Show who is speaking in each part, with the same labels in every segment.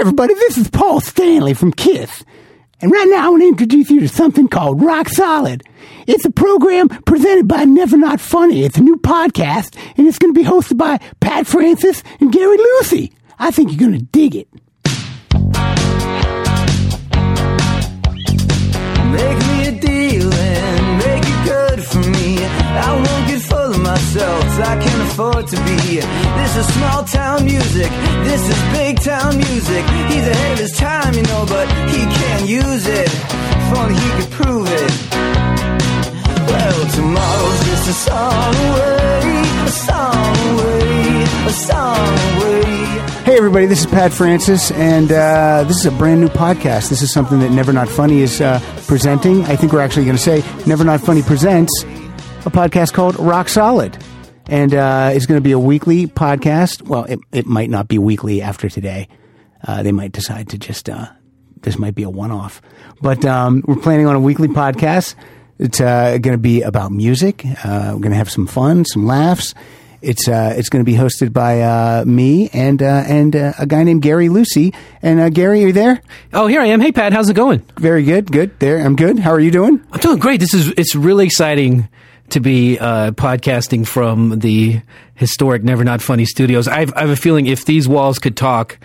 Speaker 1: everybody, this is Paul Stanley from KISS. And right now I want to introduce you to something called Rock Solid. It's a program presented by Never Not Funny. It's a new podcast, and it's going to be hosted by Pat Francis and Gary Lucy. I think you're going to dig it.
Speaker 2: Make me a deal and make it good for me. I won't get full of myself, 'cause I can't afford to be. This is small town music, this is big town music. He's ahead of his time, you know, but he can't use it. If only he could prove it. Well, tomorrow's just a song away, a song away, a song away.
Speaker 3: Hey, everybody, this is Pat Francis, and uh, this is a brand new podcast. This is something that Never Not Funny is uh, presenting. I think we're actually going to say Never Not Funny presents a podcast called Rock Solid. And uh, it's going to be a weekly podcast. Well, it, it might not be weekly after today. Uh, they might decide to just, uh, this might be a one off. But um, we're planning on a weekly podcast. It's uh, going to be about music. Uh, we're going to have some fun, some laughs. It's uh, it's going to be hosted by uh, me and uh, and uh, a guy named Gary Lucy. And uh, Gary, are you there?
Speaker 4: Oh, here I am. Hey, Pat, how's it going?
Speaker 3: Very good, good. There, I'm good. How are you doing?
Speaker 4: I'm doing great. This is it's really exciting to be uh, podcasting from the historic Never Not Funny studios. I've, I have a feeling if these walls could talk,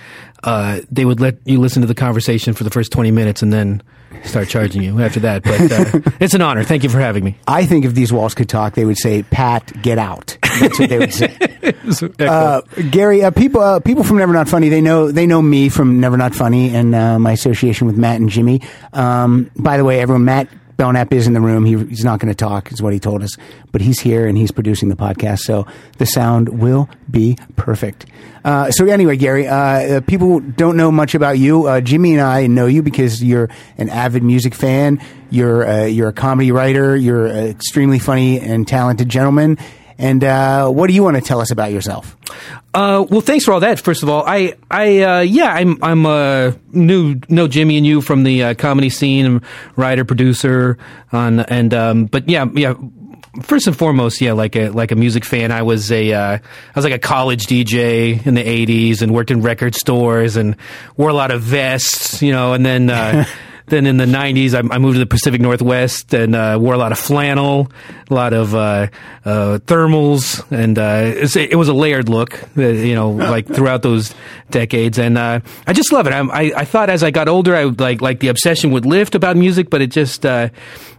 Speaker 4: uh, they would let you listen to the conversation for the first 20 minutes and then start charging you after that. But uh, it's an honor. Thank you for having me.
Speaker 3: I think if these walls could talk, they would say, "Pat, get out." That's what they would say. Uh, Gary, uh, people uh, people from Never Not Funny, they know they know me from Never Not Funny and uh, my association with Matt and Jimmy. Um, by the way, everyone, Matt Belknap is in the room. He, he's not going to talk, is what he told us, but he's here and he's producing the podcast, so the sound will be perfect. Uh, so anyway, Gary, uh, uh, people don't know much about you. Uh, Jimmy and I know you because you're an avid music fan. You're uh, you're a comedy writer. You're an extremely funny and talented gentleman. And uh, what do you want to tell us about yourself?
Speaker 4: Uh, well, thanks for all that. First of all, I, I, uh, yeah, I'm, I'm uh, new, know Jimmy and you from the uh, comedy scene, I'm writer, producer, on, and um, but yeah, yeah. First and foremost, yeah, like a like a music fan, I was a uh, I was like a college DJ in the '80s and worked in record stores and wore a lot of vests, you know, and then. Uh, Then in the '90s, I, I moved to the Pacific Northwest and uh, wore a lot of flannel, a lot of uh, uh, thermals, and uh, it's, it was a layered look, uh, you know, like throughout those decades. And uh, I just love it. I, I, I thought as I got older, I would like like the obsession would lift about music, but it just uh,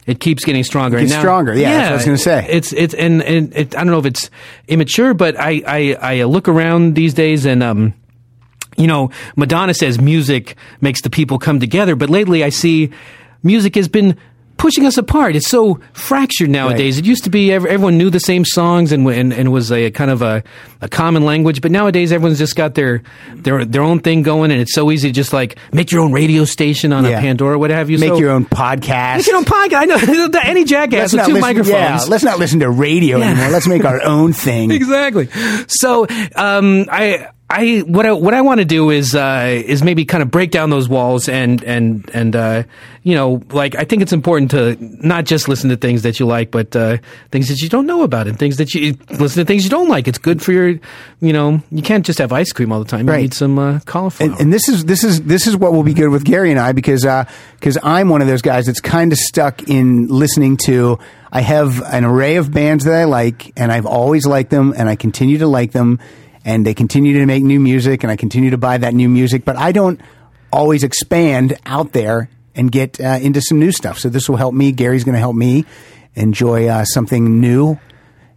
Speaker 4: it keeps getting stronger.
Speaker 3: Gets
Speaker 4: and now,
Speaker 3: stronger. Yeah, that's what I was gonna say.
Speaker 4: It's it's and and it, I don't know if it's immature, but I I, I look around these days and um you know, Madonna says music makes the people come together, but lately I see music has been pushing us apart. It's so fractured nowadays. It used to be ev- everyone knew the same songs and and, and was a kind of a, a common language, but nowadays everyone's just got their their their own thing going, and it's so easy to just like make your own radio station on
Speaker 3: Yeah.
Speaker 4: a Pandora, what have you.
Speaker 3: Make
Speaker 4: So-
Speaker 3: your own podcast.
Speaker 4: Make your own podcast. I know any jackass with two
Speaker 3: listen,
Speaker 4: microphones.
Speaker 3: Yeah, let's not listen to radio anymore. Let's make our own thing.
Speaker 4: exactly. So um, I. I what I what I want to do is uh, is maybe kind of break down those walls and and and uh, you know like I think it's important to not just listen to things that you like but uh, things that you don't know about and things that you listen to things you don't like. It's good for your you know you can't just have ice cream all the time. You
Speaker 3: Right.
Speaker 4: need some uh, cauliflower.
Speaker 3: and, and this is this is this is what will be good with Gary and I because because I'm one of those guys that's kind of stuck in listening to. I have an array of bands that I like, and I've always liked them, and I continue to like them, and they continue to make new music, and I continue to buy that new music, but I don't always expand out there and get uh, into some new stuff. So this will help me. Gary's going to help me enjoy uh, something new.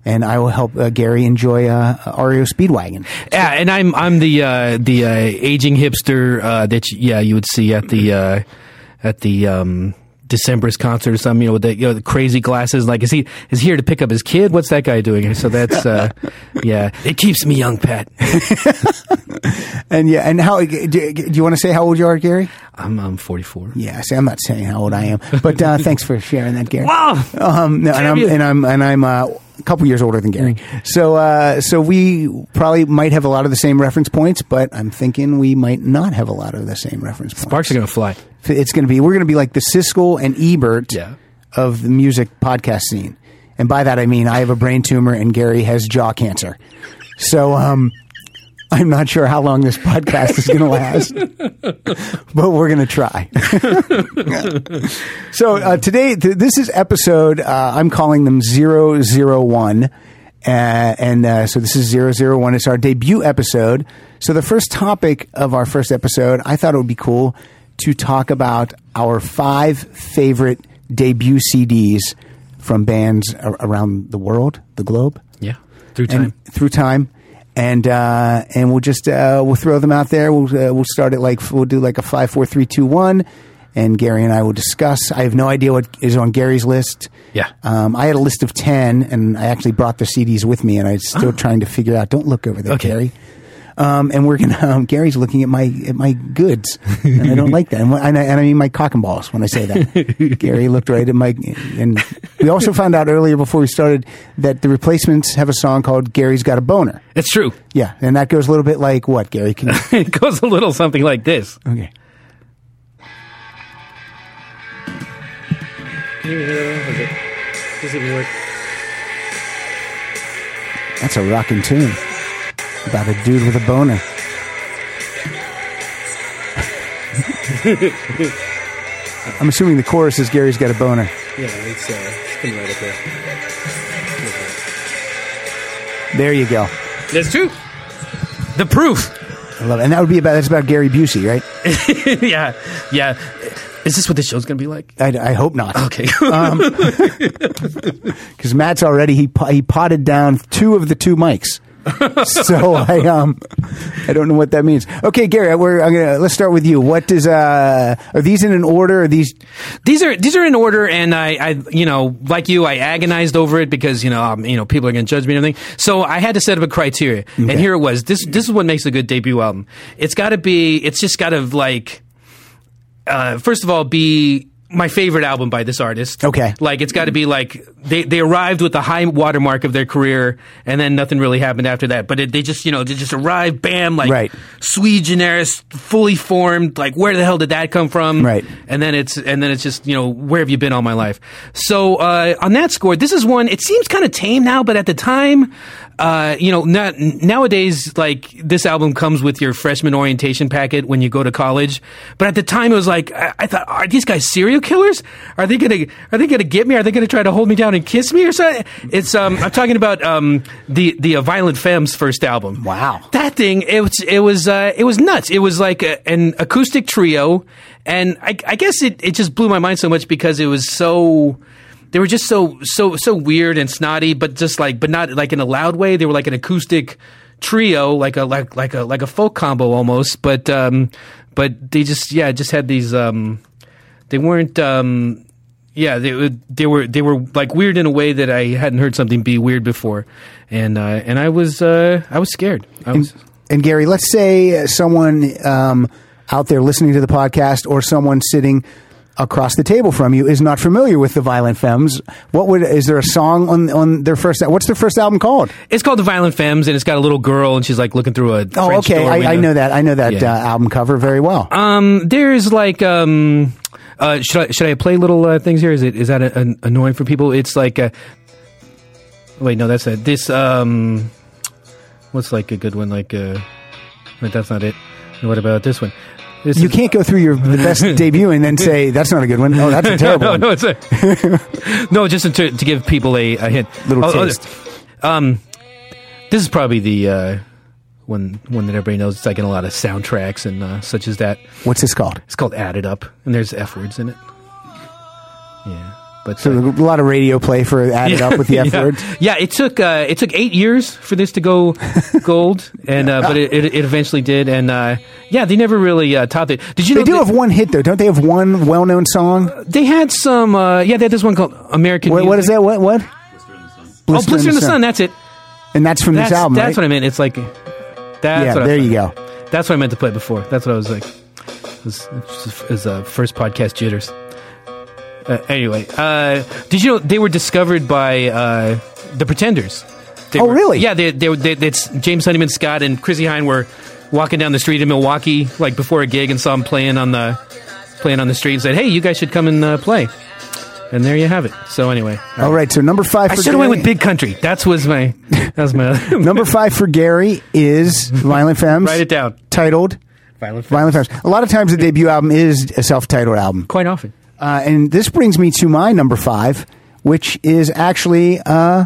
Speaker 3: And I will help uh, Gary enjoy uh, REO Speedwagon.
Speaker 4: Yeah, and I'm I'm the uh, the uh, aging hipster uh, that you, yeah you would see at the uh, at the um, December's concert or something. You know, with the you know the crazy glasses. Like, is he is he here to pick up his kid? What's that guy doing? So that's uh, yeah, it keeps me young, Pat.
Speaker 3: And yeah, and how do, do you want to say how old you are, Gary?
Speaker 4: I'm I'm 44.
Speaker 3: Yeah, see, I'm not saying how old I am, but uh, thanks for sharing that, Gary.
Speaker 4: Wow.
Speaker 3: Um, no, and I'm and I'm and I'm uh, a couple years older than Gary,
Speaker 4: Mm.
Speaker 3: so uh, so we probably might have a lot of the same reference points, but I'm thinking we might not have a lot of the same reference points.
Speaker 4: Sparks are gonna fly.
Speaker 3: It's going to be we're going to be like the Siskel and Ebert
Speaker 4: Yeah.
Speaker 3: of the music podcast scene, and by that I mean I have a brain tumor and Gary has jaw cancer. So um, I'm not sure how long this podcast is going to last, but we're going to try. so uh, today, th- this is episode, uh, I'm calling them 001. Uh, and uh, so this is 001. It's our debut episode. So the first topic of our first episode, I thought it would be cool to talk about our five favorite debut CDs from bands ar- around the world, the globe
Speaker 4: Yeah. Through time.
Speaker 3: and through time, and uh, and we'll just uh, we'll throw them out there. We'll uh, we'll start at like we'll do like a five, four, three, two, one, and Gary and I will discuss. I have no idea what is on Gary's list.
Speaker 4: Yeah.
Speaker 3: um, I had a list of ten, and I actually brought the CDs with me, and I'm still trying to figure out. Don't look over there,
Speaker 4: Okay.
Speaker 3: Gary. Um, and we're gonna. Um, Gary's looking at my at my goods, and I don't like that. And, when- and, I, and I mean my cock and balls when I say that. Gary looked right at my. And we also found out earlier before we started that the replacements have a song called "Gary's Got a Boner."
Speaker 4: it's true.
Speaker 3: Yeah, and that goes a little bit like what Gary can. you-
Speaker 4: It goes a little something like this.
Speaker 3: okay. That's a rocking tune about a dude with a boner. I'm assuming the chorus is Gary's got a boner.
Speaker 5: Yeah, it's, uh, it's coming right up there.
Speaker 3: There you go.
Speaker 4: That's true. The proof.
Speaker 3: I love it. And that would be about that's about Gary Busey, right?
Speaker 4: yeah. Yeah. Is this what the show's going to be like?
Speaker 3: I, I hope not,
Speaker 4: Okay.
Speaker 3: because Matt's already he po- he potted down two of the two mics. so I um I don't know what that means. Okay, Gary, we're I'm gonna let's start with you. What does uh are these in an order? Are these
Speaker 4: these are these are in order, and I, I you know like you, I agonized over it because you know um, you know people are going to judge me and everything. So I had to set up a criteria, and here it was. This this is what makes a good debut album. It's got to be. It's just got to like. Uh, first of all, be my favorite album by this artist.
Speaker 3: Okay.
Speaker 4: like it's got to be like they they arrived with the high watermark of their career, and then nothing really happened after that. But it, they just you know they just arrived, bam, like
Speaker 3: Right.
Speaker 4: sui generis, fully formed. Like where the hell did that come from?
Speaker 3: Right.
Speaker 4: Um, and then it's and then it's just you know where have you been all my life so uh, on that score this is one it seems kind of tame now but at the time uh, you know not, nowadays like this album comes with your freshman orientation packet when you go to college but at the time it was like I, I thought are these guys serial killers are they gonna are they gonna get me are they gonna try to hold me down and kiss me or something it's um I'm talking about um the the uh, Violent Femmes first album
Speaker 3: Wow.
Speaker 4: that thing it was it was uh, it was nuts it was like a, an acoustic trio and I, I guess it, it just blew my mind so much because it was so they were just so so so weird and snotty but just like but not like in a loud way they were like an acoustic trio like a like like a like a folk combo almost but um but they just yeah just had these um they weren't um yeah they were- they were they were like weird in a way that I hadn't heard something be weird before and uh and I was uh I was scared I was
Speaker 3: And Gary, let's say uh, someone um, out there listening to the podcast or someone sitting across the table from you is not familiar with the Violent Femmes. What would is there a song on on their first? What's their first album called?
Speaker 4: it's called the Violent Femmes and it's got a little girl and she's like looking through a
Speaker 3: Oh,
Speaker 4: French
Speaker 3: okay,
Speaker 4: door
Speaker 3: I, I
Speaker 4: window.
Speaker 3: know that. I know that
Speaker 4: Yeah.
Speaker 3: uh, album cover very well.
Speaker 4: um there's like um uh should I should I play little uh, things here is it is that a, an annoying for people it's like uh wait no that's it this um what's like a good one like uh wait, that's not it what about this one this
Speaker 3: you
Speaker 4: is-
Speaker 3: can't go through your the best debut and then say that's not a good one. Oh, that's a terrible
Speaker 4: no,
Speaker 3: one.
Speaker 4: no, it's a, no, just to, to give people a, a hint. Oh,
Speaker 3: Little taste.
Speaker 4: um, this is probably the uh, one one that everybody knows. It's like in a lot of soundtracks and uh, such as that.
Speaker 3: What's this called?
Speaker 4: It's called "Added Up," and there's f words in it. Yeah, but
Speaker 3: So
Speaker 4: uh,
Speaker 3: a lot of radio play for added up with the F
Speaker 4: yeah.
Speaker 3: word.
Speaker 4: Yeah, it took uh, it took eight years for this to go gold, and uh, but it, it, it eventually did. And uh, yeah, they never really uh, topped it. Did you
Speaker 3: They
Speaker 4: know
Speaker 3: do
Speaker 4: that-
Speaker 3: have one hit though, don't they? Have one well-known song.
Speaker 4: They had some. Uh, yeah, they had this one called "American."
Speaker 3: What, what is
Speaker 4: Music.
Speaker 3: that? What? What?
Speaker 4: Oh, "Blister in the Sun." That's it.
Speaker 3: And that's from
Speaker 4: That's,
Speaker 3: this album,
Speaker 4: that's
Speaker 3: right?
Speaker 4: what I meant. It's like that's
Speaker 3: yeah,
Speaker 4: what
Speaker 3: there
Speaker 4: I,
Speaker 3: you go.
Speaker 4: That's what I meant to play before. That's what I was like. Is is uh, first podcast jitters. Uh, anyway, uh, did you know they were discovered by uh, the Pretenders? They
Speaker 3: Oh,
Speaker 4: were-
Speaker 3: really?
Speaker 4: Yeah, they, they, they, it's James Honeyman Scott and Chrissy Hine were walking down the street in Milwaukee, like before a gig, and saw him playing on the playing on the street and said, "Hey, you guys should come and uh, play." And there you have it. So anyway,
Speaker 3: All right, so number five.
Speaker 4: I
Speaker 3: for
Speaker 4: should have went
Speaker 3: Gary-
Speaker 4: with Big Country. That was my. That was my.
Speaker 3: Number five for Gary is Violent Femmes.
Speaker 4: Write it down.
Speaker 3: Titled
Speaker 4: Violent Femmes.
Speaker 3: Violent Femmes. A lot of times the debut album is a self-titled album.
Speaker 4: Quite often.
Speaker 3: Uh, and this brings me to my number five, which is actually uh,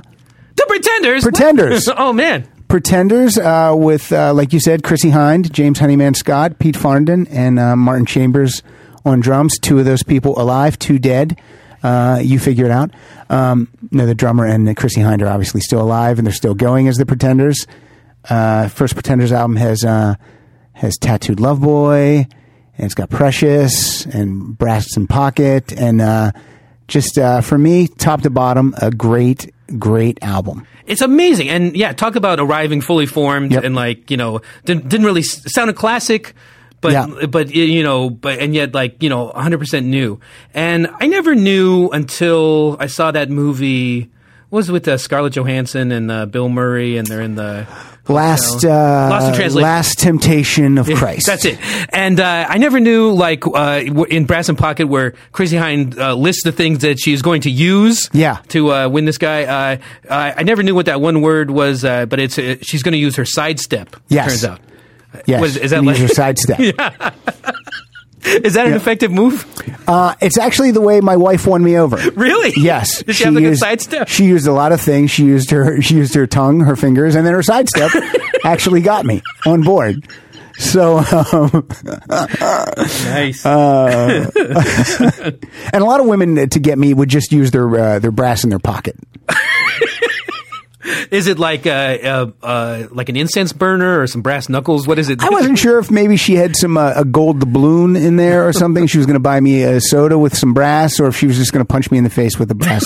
Speaker 4: The Pretenders.
Speaker 3: Pretenders.
Speaker 4: oh man.
Speaker 3: Pretenders uh, with, uh, like you said, Chrissy Hind, James Honeyman Scott, Pete Farndon, and uh, Martin Chambers on drums. Two of those people alive, two dead. Uh, you figure it out. Um, no, the drummer and the Chrissy Hind are obviously still alive, and they're still going as the Pretenders. Uh, first Pretenders album has uh, has tattooed Love Boy, and it's got Precious and Brass in Pocket, and uh, just uh, for me, top to bottom, a great, great album.
Speaker 4: It's amazing. And yeah, talk about arriving fully formed
Speaker 3: Yep.
Speaker 4: and like, you know, didn't, didn't really s- sound a classic, but,
Speaker 3: Yeah.
Speaker 4: but, y- you know, but, and yet like, you know, 100% new. And I never knew until I saw that movie. what was it with uh, Scarlett Johansson and uh, Bill Murray, and they're in the
Speaker 3: Last, uh,
Speaker 4: Lost in Translation.
Speaker 3: Last Temptation of Christ.
Speaker 4: That's it. And uh, I never knew, like, uh, w- in Brass and Pocket, where Chrissy Hind uh, lists the things that she's going to use
Speaker 3: Yeah.
Speaker 4: to uh, win this guy. Uh, I, I never knew what that one word was, uh, but it's uh, she's going to use her sidestep,
Speaker 3: Yes.
Speaker 4: turns out.
Speaker 3: Yes,
Speaker 4: Was- is that
Speaker 3: and
Speaker 4: like-
Speaker 3: use your sidestep?
Speaker 4: Is that an effective move?
Speaker 3: uh, it's actually the way my wife won me over.
Speaker 4: Really?
Speaker 3: Yes,
Speaker 4: Did she, have like
Speaker 3: used,
Speaker 4: a sidestep?
Speaker 3: She used a lot of things. She used her she used her tongue, her fingers, and then her sidestep actually got me on board. So, um,
Speaker 4: nice.
Speaker 3: uh, and a lot of women uh, to get me would just use their uh, their brass in their pocket.
Speaker 4: is it like uh, uh, uh, like an incense burner or some brass knuckles? What is it?
Speaker 3: I wasn't sure if maybe she had some uh, a gold doubloon in there or something. She was going to buy me a soda with some brass, or if she was just going to punch me in the face with a brass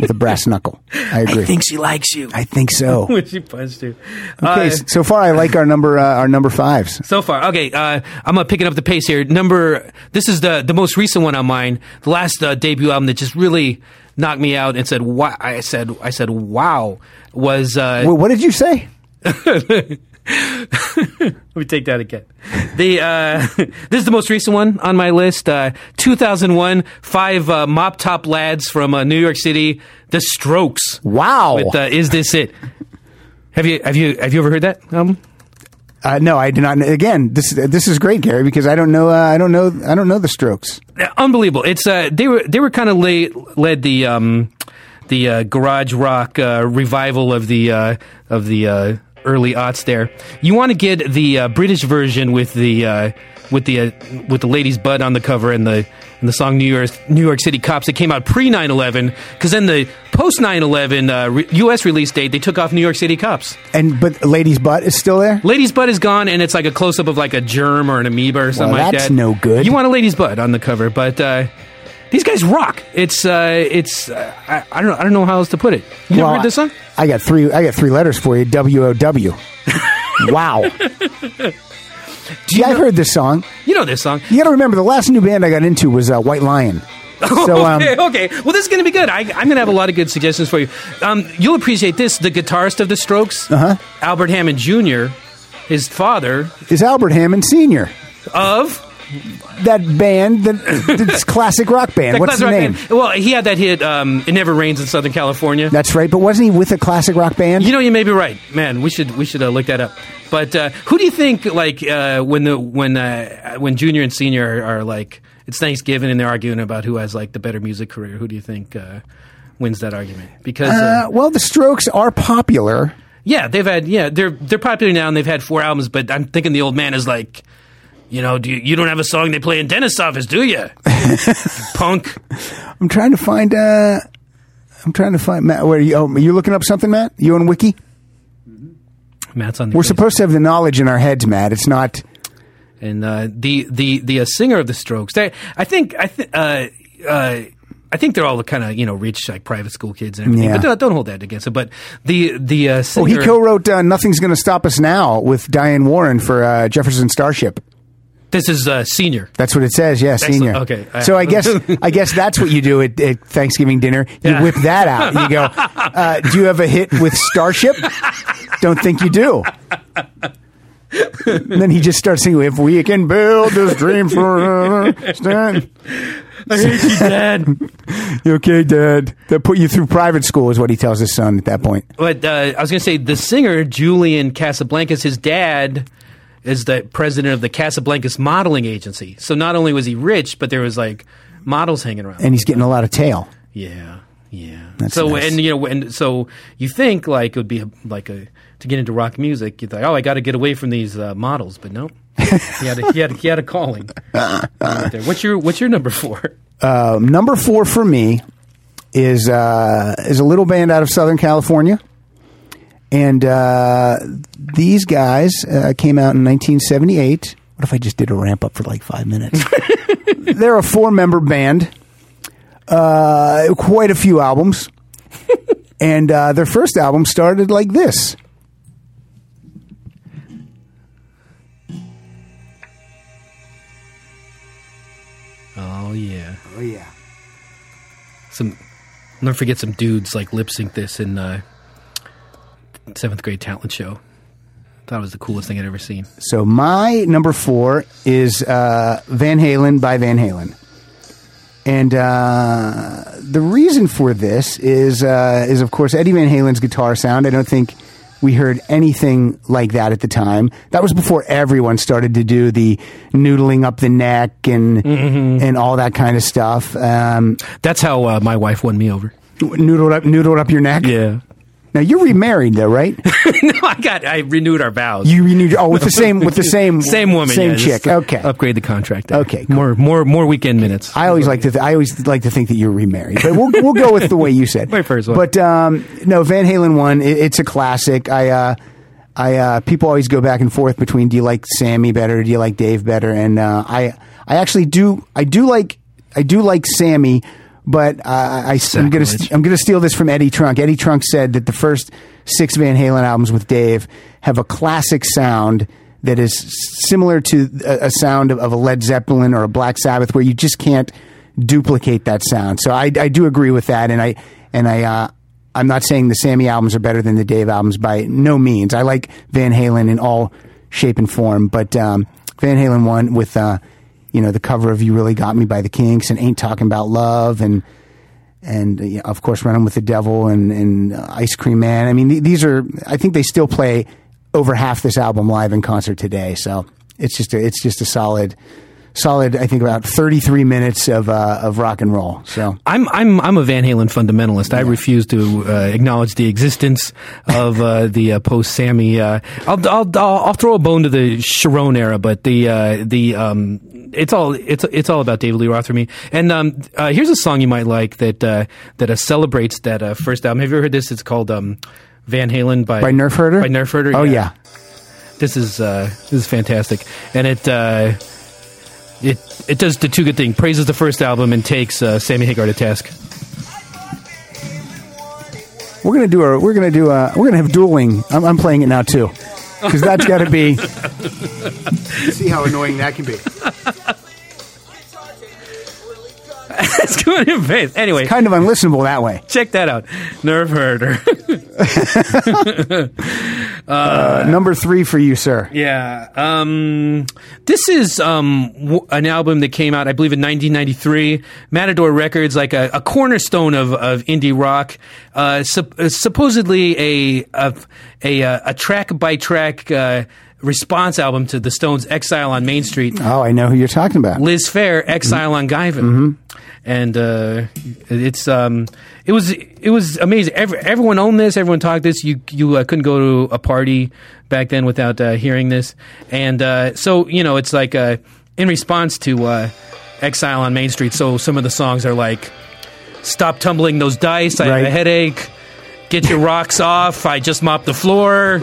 Speaker 3: with a brass knuckle. I agree.
Speaker 4: I think she likes you.
Speaker 3: I think so.
Speaker 4: when she punched you.
Speaker 3: Okay,
Speaker 4: Uh,
Speaker 3: s- so far I like our number uh, our number fives.
Speaker 4: So far, okay. Uh, I'm uh, picking up the pace here. Number, this is the the most recent one on mine. The last uh, debut album that just really knocked me out and said, "Wow!" I said, "I said, wow." Was uh,
Speaker 3: Wait, what did you say?
Speaker 4: let me take that again. The uh, this is the most recent one on my list. Uh, 2001, five uh, mop top lads from uh, New York City, The Strokes.
Speaker 3: Wow.
Speaker 4: With uh, "Is This It." Have you have you have you ever heard that album?
Speaker 3: Uh, no, I do not. kn- Again, this this is great, Gary, because I don't know. Uh, I don't know. I don't know the Strokes.
Speaker 4: unbelievable. It's uh, they were they were kind of led, led the um, the uh, garage rock uh, revival of the uh, of the uh, early aughts. There, you want to get the uh, British version with the uh, with the uh, with the lady's butt on the cover and the and the song New York New York City Cops that came out pre 9/11 because then the post 9/11 uh, re- U.S. release date they took off New York City Cops.
Speaker 3: And but Lady's Butt is still there.
Speaker 4: Lady's butt is gone, and it's like a close up of like a germ or an amoeba or something like that.
Speaker 3: that's no good.
Speaker 4: You want a lady's butt on the cover, but uh, these guys rock. It's uh, it's uh, I, I don't know I don't know how else to put it. You
Speaker 3: Well,
Speaker 4: never heard this song?
Speaker 3: I got three. I got three letters for you. W O W. Wow. yeah, I've heard this song.
Speaker 4: You know this song?
Speaker 3: You got to remember, the last new band I got into was uh, White Lion. So um,
Speaker 4: okay, okay. Well, this is going to be good. I, I'm going to have a lot of good suggestions for you. Um, you'll appreciate this. The guitarist of the Strokes, uh-huh. Albert Hammond Jr., his father
Speaker 3: is Albert Hammond Senior
Speaker 4: of
Speaker 3: that band that that's classic rock band?
Speaker 4: that
Speaker 3: What's the
Speaker 4: classic rock
Speaker 3: name?
Speaker 4: band- Well, he had that hit. Um, it never rains in Southern California.
Speaker 3: That's right. But wasn't he with a classic rock band?
Speaker 4: You know, you may be right, man. We should we should uh, look that up. But uh, who do you think like uh, when the when uh, when junior and senior are, are like it's Thanksgiving and they're arguing about who has like the better music career? Who do you think uh, wins that argument? Because uh,
Speaker 3: uh, well, the Strokes are popular.
Speaker 4: yeah, they've had yeah they're they're popular now and they've had four albums. But I'm thinking the old man is like. You know, do you, you don't have a song they play in dentist office, do you? Punk.
Speaker 3: I'm trying to find. Uh, I'm trying to find Matt. Where are you? Oh, are you looking up something, Matt? You on Wiki?
Speaker 4: Matt's on the.
Speaker 3: We're
Speaker 4: case.
Speaker 3: supposed to have the knowledge in our heads, Matt. It's not.
Speaker 4: and uh, the the the uh, singer of the Strokes. They, I think I th- uh, uh, I think they're all kind of you know rich like private school kids and everything.
Speaker 3: Yeah.
Speaker 4: But don't, don't hold that against it. But the the uh, singer.
Speaker 3: Well, he co-wrote uh, "Nothing's Going to Stop Us Now" with Diane Warren for uh, Jefferson Starship.
Speaker 4: this is uh, senior.
Speaker 3: That's what it says. Yeah, senior.
Speaker 4: Okay.
Speaker 3: So I guess I guess that's what you do at, at Thanksgiving dinner. You
Speaker 4: Yeah.
Speaker 3: whip that out. You go. Uh, do you have a hit with Starship? Don't think you do. And then he just starts singing, "If we can build this dream for."
Speaker 4: I hate you, Dad.
Speaker 3: You okay, Dad? They put you through private school, is what he tells his son at that point.
Speaker 4: But uh, I was going to say the singer Julian Casablancas, his dad is the president of the Casablancas modeling agency. So not only was he rich, but there was like models hanging around.
Speaker 3: And he's getting a lot of tail.
Speaker 4: yeah, yeah.
Speaker 3: That's
Speaker 4: so
Speaker 3: nice.
Speaker 4: and you know and so you think like it would be like a to get into rock music, you would like oh I got to get away from these uh, models, but no. he, had a, he, had a, he had a calling. Right there. What's your what's your number four?
Speaker 3: Um, number four for me is uh, is a little band out of Southern California, and uh, these guys uh, came out in 1978. What if I just did a ramp up for like five minutes? They're a four member band, uh, quite a few albums, and uh, their first album started like this.
Speaker 4: Oh yeah.
Speaker 3: Oh yeah.
Speaker 4: some I'll never forget some dudes like lip sync this in uh, seventh grade talent show. Thought it was the coolest thing I'd ever seen.
Speaker 3: So my number four is uh, Van Halen by Van Halen, and uh, the reason for this is uh, is of course Eddie Van Halen's guitar sound. I don't think we heard anything like that at the time. That was before everyone started to do the noodling up the neck and
Speaker 4: Mm-hmm.
Speaker 3: and all that kind of stuff. Um,
Speaker 4: That's how uh, my wife won me over.
Speaker 3: noodled up, noodled up your neck.
Speaker 4: Yeah.
Speaker 3: Now you're remarried though, right?
Speaker 4: no, I got I renewed our vows.
Speaker 3: You renewed. Oh, with the same with the same
Speaker 4: same woman,
Speaker 3: same
Speaker 4: yeah, just
Speaker 3: chick. Okay.
Speaker 4: Upgrade the contract. there.
Speaker 3: Okay, cool.
Speaker 4: More more more weekend minutes.
Speaker 3: I always like to. Th- I always like to think that you're remarried, but we'll we'll go with the way you said.
Speaker 4: My first one.
Speaker 3: But um, no, Van Halen one. It, it's a classic. I uh, I uh, people always go back and forth between do you like Sammy better, do you like Dave better, and uh, I I actually do I do like I do like Sammy, but uh, I I'm gonna
Speaker 4: Sacrilege.
Speaker 3: st- I'm gonna steal this from Eddie Trunk. Eddie Trunk said that the first six Van Halen albums with Dave have a classic sound that is similar to a, a sound of, of a Led Zeppelin or a Black Sabbath, where you just can't duplicate that sound. So I, I do agree with that, and I and I. Uh, I'm not saying the Sammy albums are better than the Dave albums by no means. I like Van Halen in all shape and form, but um, Van Halen one with uh, you know the cover of "You Really Got Me" by the Kinks and "Ain't Talking About Love" and and uh, yeah, of course running with the devil and, and uh, ice cream man i mean th- these are i think they still play over half this album live in concert today so it's just a, it's just a solid solid i think about 33 minutes of uh, of rock and roll so
Speaker 4: I'm I'm I'm a Van Halen fundamentalist. I refuse to uh, acknowledge the existence of uh, the uh, post Sammy. Uh, I'll, I'll I'll I'll throw a bone to the Sharon era, but the uh, the um, it's all it's it's all about David Lee Roth for me. And um, uh, here's a song you might like that uh, that uh, celebrates that uh, first album. Have you ever heard this? It's called um, Van Halen by
Speaker 3: by nerf herder
Speaker 4: By Nerf Herder.
Speaker 3: oh yeah,
Speaker 4: this is uh, this is fantastic, and it uh, it it does the two good thing. Praises the first album and takes uh, Sammy Hagar to task.
Speaker 3: we're gonna do a we're gonna do a we're gonna have dueling i'm, I'm playing it now too because that's got to be see how annoying that can be
Speaker 4: That's going in face. Anyway,
Speaker 3: kind of unlistenable that way
Speaker 4: check that out. Nerve herder.
Speaker 3: Uh, number three for you sir
Speaker 4: yeah. Um, this is um, w- an album that came out, I believe, in 1993. Matador Records, like a, a cornerstone of, of indie rock. Uh, sup- uh, supposedly a a a, uh, a track by track. Uh, Response album to the Stones' "Exile on Main Street."
Speaker 3: oh i know who you're talking about
Speaker 4: Liz Fair, Exile on Guyven, and uh, it's um, it was it was amazing. Every, everyone owned this. Everyone talked this. You you uh, couldn't go to a party back then without uh, hearing this. And uh, so you know, it's like uh, in response to uh, Exile on Main Street. So some of the songs are like, "Stop tumbling those dice." I have
Speaker 3: Right.
Speaker 4: a headache. Get your rocks off. I just mopped the floor.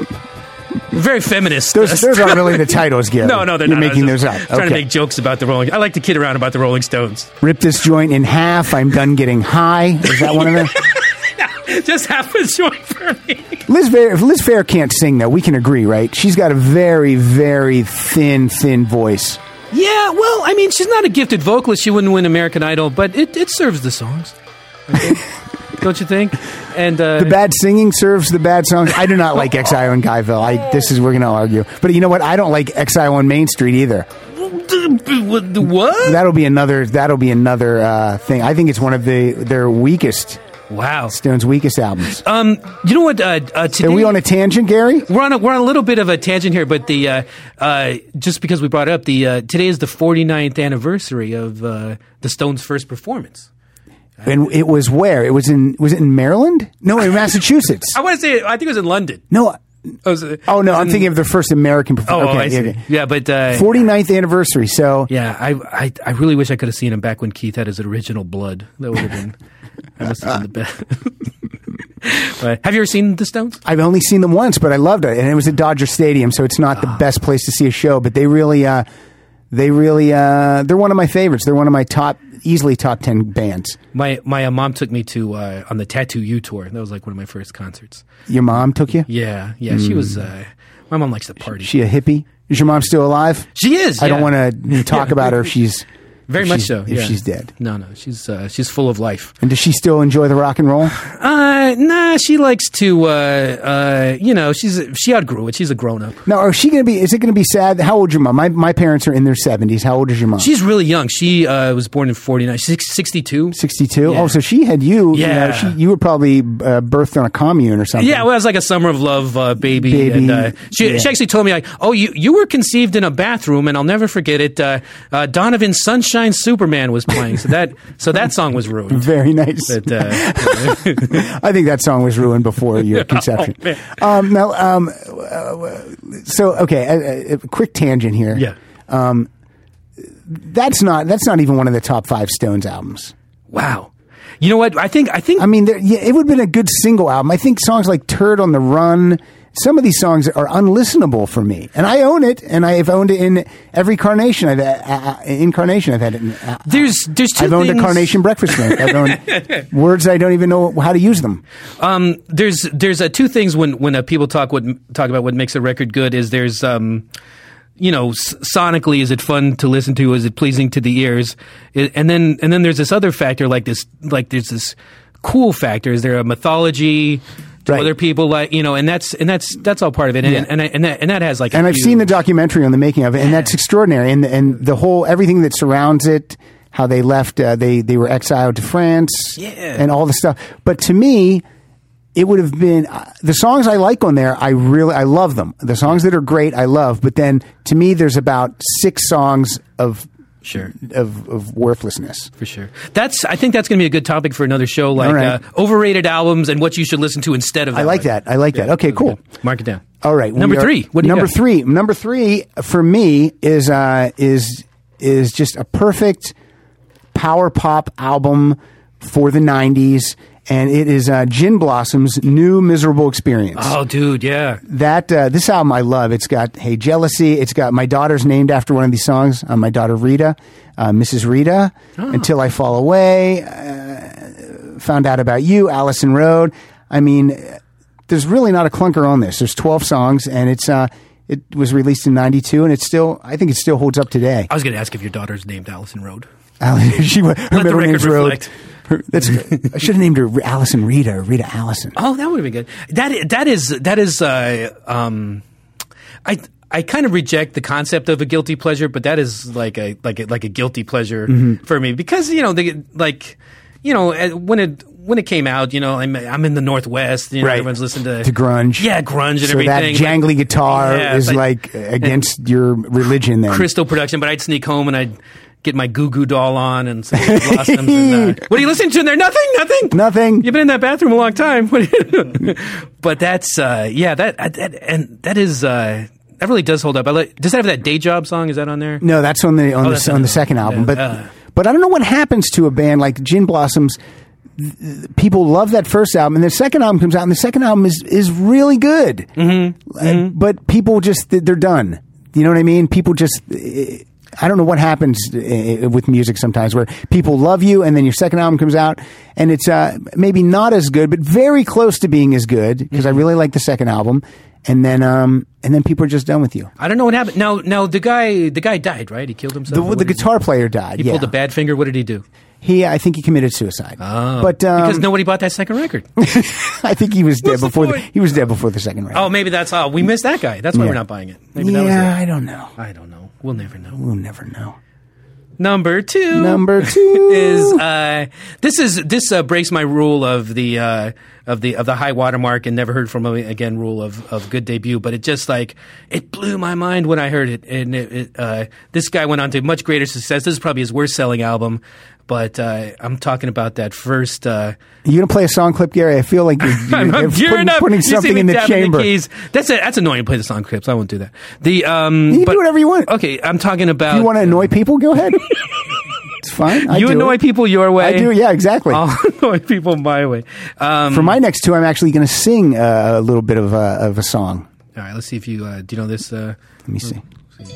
Speaker 4: Very feminist.
Speaker 3: Those, those aren't really the titles, Gary.
Speaker 4: No, no, they're
Speaker 3: You're
Speaker 4: not. I
Speaker 3: making
Speaker 4: was
Speaker 3: those
Speaker 4: just
Speaker 3: up.
Speaker 4: Trying to
Speaker 3: Okay.
Speaker 4: make jokes about the Rolling. I like to kid around about the Rolling Stones.
Speaker 3: Rip this joint in half. I'm done getting high. Is that one of them?
Speaker 4: Just half a joint for me.
Speaker 3: Liz Fair, if Liz Fair can't sing, though, we can agree, right? She's got a very, very thin, thin voice.
Speaker 4: Yeah, well, I mean, she's not a gifted vocalist. She wouldn't win American Idol, but it, it serves the songs, I think. don't you think? And uh,
Speaker 3: The bad singing serves the bad songs. I do not like Exile and Guyville. I, this is, we're going to argue. But you know what? I don't like Exile on Main Street either.
Speaker 4: What? what?
Speaker 3: That'll be another. That'll be another uh, thing. I think it's one of the their weakest
Speaker 4: Wow.
Speaker 3: Stone's weakest albums.
Speaker 4: Um, you know what? Uh, uh, today,
Speaker 3: Are we on a tangent, Gary?
Speaker 4: We're on a, we're on a little bit of a tangent here, but the uh, uh, just because we brought it up the uh, today is the 49th anniversary of uh, the Stones' first performance.
Speaker 3: And it was where? It was in was it in Maryland? No, in Massachusetts.
Speaker 4: I want to say I think it was in London.
Speaker 3: No.
Speaker 4: It was, uh,
Speaker 3: Oh no, I'm
Speaker 4: it was Oh. in-
Speaker 3: thinking of their first American
Speaker 4: Oh,
Speaker 3: performance.
Speaker 4: I see. yeah, but uh,
Speaker 3: 49th anniversary. So
Speaker 4: yeah, I, I I really wish I could have seen him back when Keith had his original blood. That would have been that must have been the best. But have you ever seen the Stones?
Speaker 3: I've only seen them once, but I loved it, and it was at Dodger Stadium, so it's not
Speaker 4: Ah.
Speaker 3: the best place to see a show. But they really, uh, they really, uh, they're one of my favorites. They're one of my top, easily top ten bands.
Speaker 4: My my uh, mom took me to uh, on the Tattoo U tour. That was like one of my first concerts.
Speaker 3: Your mom took you?
Speaker 4: Yeah, yeah. She was. Uh, my mom likes to party.
Speaker 3: Hmm. She a hippie? Is your mom still alive?
Speaker 4: She is.
Speaker 3: I don't
Speaker 4: yeah.
Speaker 3: want to talk about her if she's
Speaker 4: Very
Speaker 3: if
Speaker 4: much
Speaker 3: she's-
Speaker 4: so.
Speaker 3: If
Speaker 4: yeah.
Speaker 3: she's dead,
Speaker 4: No, no. She's uh, she's full of life.
Speaker 3: and does she still enjoy the rock and roll?
Speaker 4: Uh, nah. She likes to. Uh, uh, you know, she's she outgrew it. She's a grown up.
Speaker 3: Now, are she going to be? Is it going to be sad? How old is your mom? My my parents are in their seventies. How old is your mom?
Speaker 4: She's really young. She uh, was born in 49, six- 62.
Speaker 3: sixty two.
Speaker 4: Yeah.
Speaker 3: Oh, so she had you.
Speaker 4: Yeah.
Speaker 3: You, know, she, you were probably uh, birthed on a commune or something.
Speaker 4: Yeah, well, it was like a summer of love uh, baby.
Speaker 3: Baby,
Speaker 4: And, uh, she,
Speaker 3: yeah.
Speaker 4: she actually told me, like, oh, you, you were conceived in a bathroom, and I'll never forget it. Uh, uh, Donovan Sunshine Superman was playing, so that so that song was ruined.
Speaker 3: Very nice.
Speaker 4: But, uh,
Speaker 3: I
Speaker 4: Oh,
Speaker 3: think that song was ruined before your conception.
Speaker 4: man.
Speaker 3: um, now, um, uh, so okay, a, a- a quick tangent here.
Speaker 4: Yeah.
Speaker 3: um, that's not that's not even one of the top five Stones albums.
Speaker 4: wow. You know what? I think I think
Speaker 3: I mean, there, yeah, it would have been a good single album. I think songs like "Turd on the Run," some of these songs are unlistenable for me, and I own it, and I have owned it in every carnation I've uh, uh, incarnation I've had it. In, uh,
Speaker 4: there's there's 2
Speaker 3: I've owned
Speaker 4: things.
Speaker 3: a carnation breakfast drink. I've owned words I don't even know how to use them.
Speaker 4: Um, there's there's uh, two things when when uh, people talk what talk about what makes a record good is there's um, you know s- sonically is it fun to listen to is it pleasing to the ears I and then and then there's this other factor like this like there's this cool factor is there a mythology to
Speaker 3: Right.
Speaker 4: other people like you know and that's and that's that's all part of it and
Speaker 3: Yeah.
Speaker 4: and, I- and that and that has like a
Speaker 3: and I've seen the
Speaker 4: huge-
Speaker 3: documentary on the making of it, and that's extraordinary. And and the whole everything that surrounds it, how they left, uh, they they were exiled to France,
Speaker 4: Yeah.
Speaker 3: and all the stuff. But to me, it would have been uh, the songs I like on there. I really I love them. The songs that are great, I love. But then to me, there's about six songs of
Speaker 4: sure
Speaker 3: of, of worthlessness.
Speaker 4: for sure. That's I think that's going to be a good topic for another show like
Speaker 3: All right.
Speaker 4: uh, overrated albums and what you should listen to instead of
Speaker 3: I like that. I like that. Okay, cool.
Speaker 4: Mark it down.
Speaker 3: All right, we
Speaker 4: Number
Speaker 3: are-
Speaker 4: three. What do you
Speaker 3: number
Speaker 4: got?
Speaker 3: three. Number three for me is uh, is is just a perfect power pop album for the '90s, and it is uh, Gin Blossom's "New Miserable Experience."
Speaker 4: Oh, dude, yeah.
Speaker 3: That uh, this album I love. It's got "Hey Jealousy." It's got my daughter's named after one of these songs. Uh, my daughter Rita, uh, Mrs. Rita,
Speaker 4: Ah.
Speaker 3: "Until I Fall Away," uh, "Found Out About You," Allison Road. I mean, there's really not a clunker on this. There's 12 songs, and it's uh, it was released in '92, and it's still I think it still holds up today.
Speaker 4: I was going to ask if your daughter's named Allison Road.
Speaker 3: she her
Speaker 4: the
Speaker 3: middle
Speaker 4: record
Speaker 3: name's
Speaker 4: reflect.
Speaker 3: Rode. Her- That's I should have named her Allison Rita or Rita Allison.
Speaker 4: Oh, that would have been good. That i- that is that is uh, um, I I kind of reject the concept of a guilty pleasure, but that is like a like a, like a guilty pleasure for me because you know they like you know eh, when it when it came out, you know I'm I'm in the Northwest, you know,
Speaker 3: Right.
Speaker 4: everyone's listening to
Speaker 3: To grunge.
Speaker 4: yeah, grunge and
Speaker 3: so
Speaker 4: everything.
Speaker 3: that jangly guitar
Speaker 4: Yeah,
Speaker 3: is
Speaker 4: but-
Speaker 3: like against your religion. Then
Speaker 4: crystal production, but I'd sneak home and I'd get my Goo Goo doll on and some blossoms. And, uh, what are you listening to in there? Nothing, nothing,
Speaker 3: Nothing.
Speaker 4: You've been in that bathroom a long time. What are you- but that's uh, yeah, that, uh, that and that is uh, that really does hold up. I like, does that have that day job song? Is that on there?
Speaker 3: No, that's on the on,
Speaker 4: Oh, that's
Speaker 3: the, on
Speaker 4: on
Speaker 3: the
Speaker 4: the-
Speaker 3: second album.
Speaker 4: yeah,
Speaker 3: But
Speaker 4: uh.
Speaker 3: but I don't know what happens to a band like Gin Blossoms. Th- th- People love that first album, and the second album comes out, and the second album is is really good. Mm-hmm. But people just th- they're done. You know what I mean? People just. eh, I don't know what happens eh, with music sometimes where people love you and then your second album comes out and it's uh, maybe not as good but very close to being as good because
Speaker 4: Mm-hmm.
Speaker 3: I really like the second album and then um, and then people are just done with you.
Speaker 4: I don't know what happened. Now, now the guy the guy died, right? He killed himself.
Speaker 3: The,
Speaker 4: What
Speaker 3: the
Speaker 4: did he-
Speaker 3: guitar player died.
Speaker 4: He
Speaker 3: yeah.
Speaker 4: pulled a bad finger. What did he do?
Speaker 3: He, I think he committed suicide. but um,
Speaker 4: Ah. Because nobody bought that second record.
Speaker 3: I think he was dead
Speaker 4: What's the
Speaker 3: before. The
Speaker 4: point?
Speaker 3: he was dead before the second round.
Speaker 4: oh, maybe that's all. oh, We missed that guy. That's why
Speaker 3: Yeah.
Speaker 4: we're not buying it. Maybe
Speaker 3: yeah,
Speaker 4: that was it.
Speaker 3: I don't know.
Speaker 4: I don't know. We'll never know.
Speaker 3: We'll never know.
Speaker 4: Number two.
Speaker 3: Number two
Speaker 4: is uh, this is this uh, breaks my rule of the uh, of the of the high watermark and never heard from him again rule of, of good debut, but it just like it blew my mind when I heard it. And it, it, uh, this guy went on to much greater success. This is probably his worst selling album, but uh, I'm talking about that first. Uh,
Speaker 3: you gonna play a song clip, Gary? I feel like you're, you're,
Speaker 4: I'm, I'm
Speaker 3: you're
Speaker 4: gearing
Speaker 3: putting,
Speaker 4: up.
Speaker 3: putting
Speaker 4: You see
Speaker 3: something
Speaker 4: me
Speaker 3: in the
Speaker 4: dabbing
Speaker 3: chamber.
Speaker 4: keys. That's it. That's annoying. to Play the song clips. I won't do that. The um,
Speaker 3: You can
Speaker 4: but- Oh,
Speaker 3: do whatever you want.
Speaker 4: Okay, I'm talking about.
Speaker 3: If you want to annoy people? Go ahead. it's fine. I
Speaker 4: you
Speaker 3: do
Speaker 4: annoy
Speaker 3: it.
Speaker 4: people eh? Oh. your way.
Speaker 3: I do. Yeah, exactly.
Speaker 4: I'll annoy people my way. Um,
Speaker 3: For my next two, I'm actually going to sing uh, a little bit of, uh, of a song.
Speaker 4: all right, let's see if you uh, do you know this. Uh,
Speaker 3: Let me see.
Speaker 4: Hmm.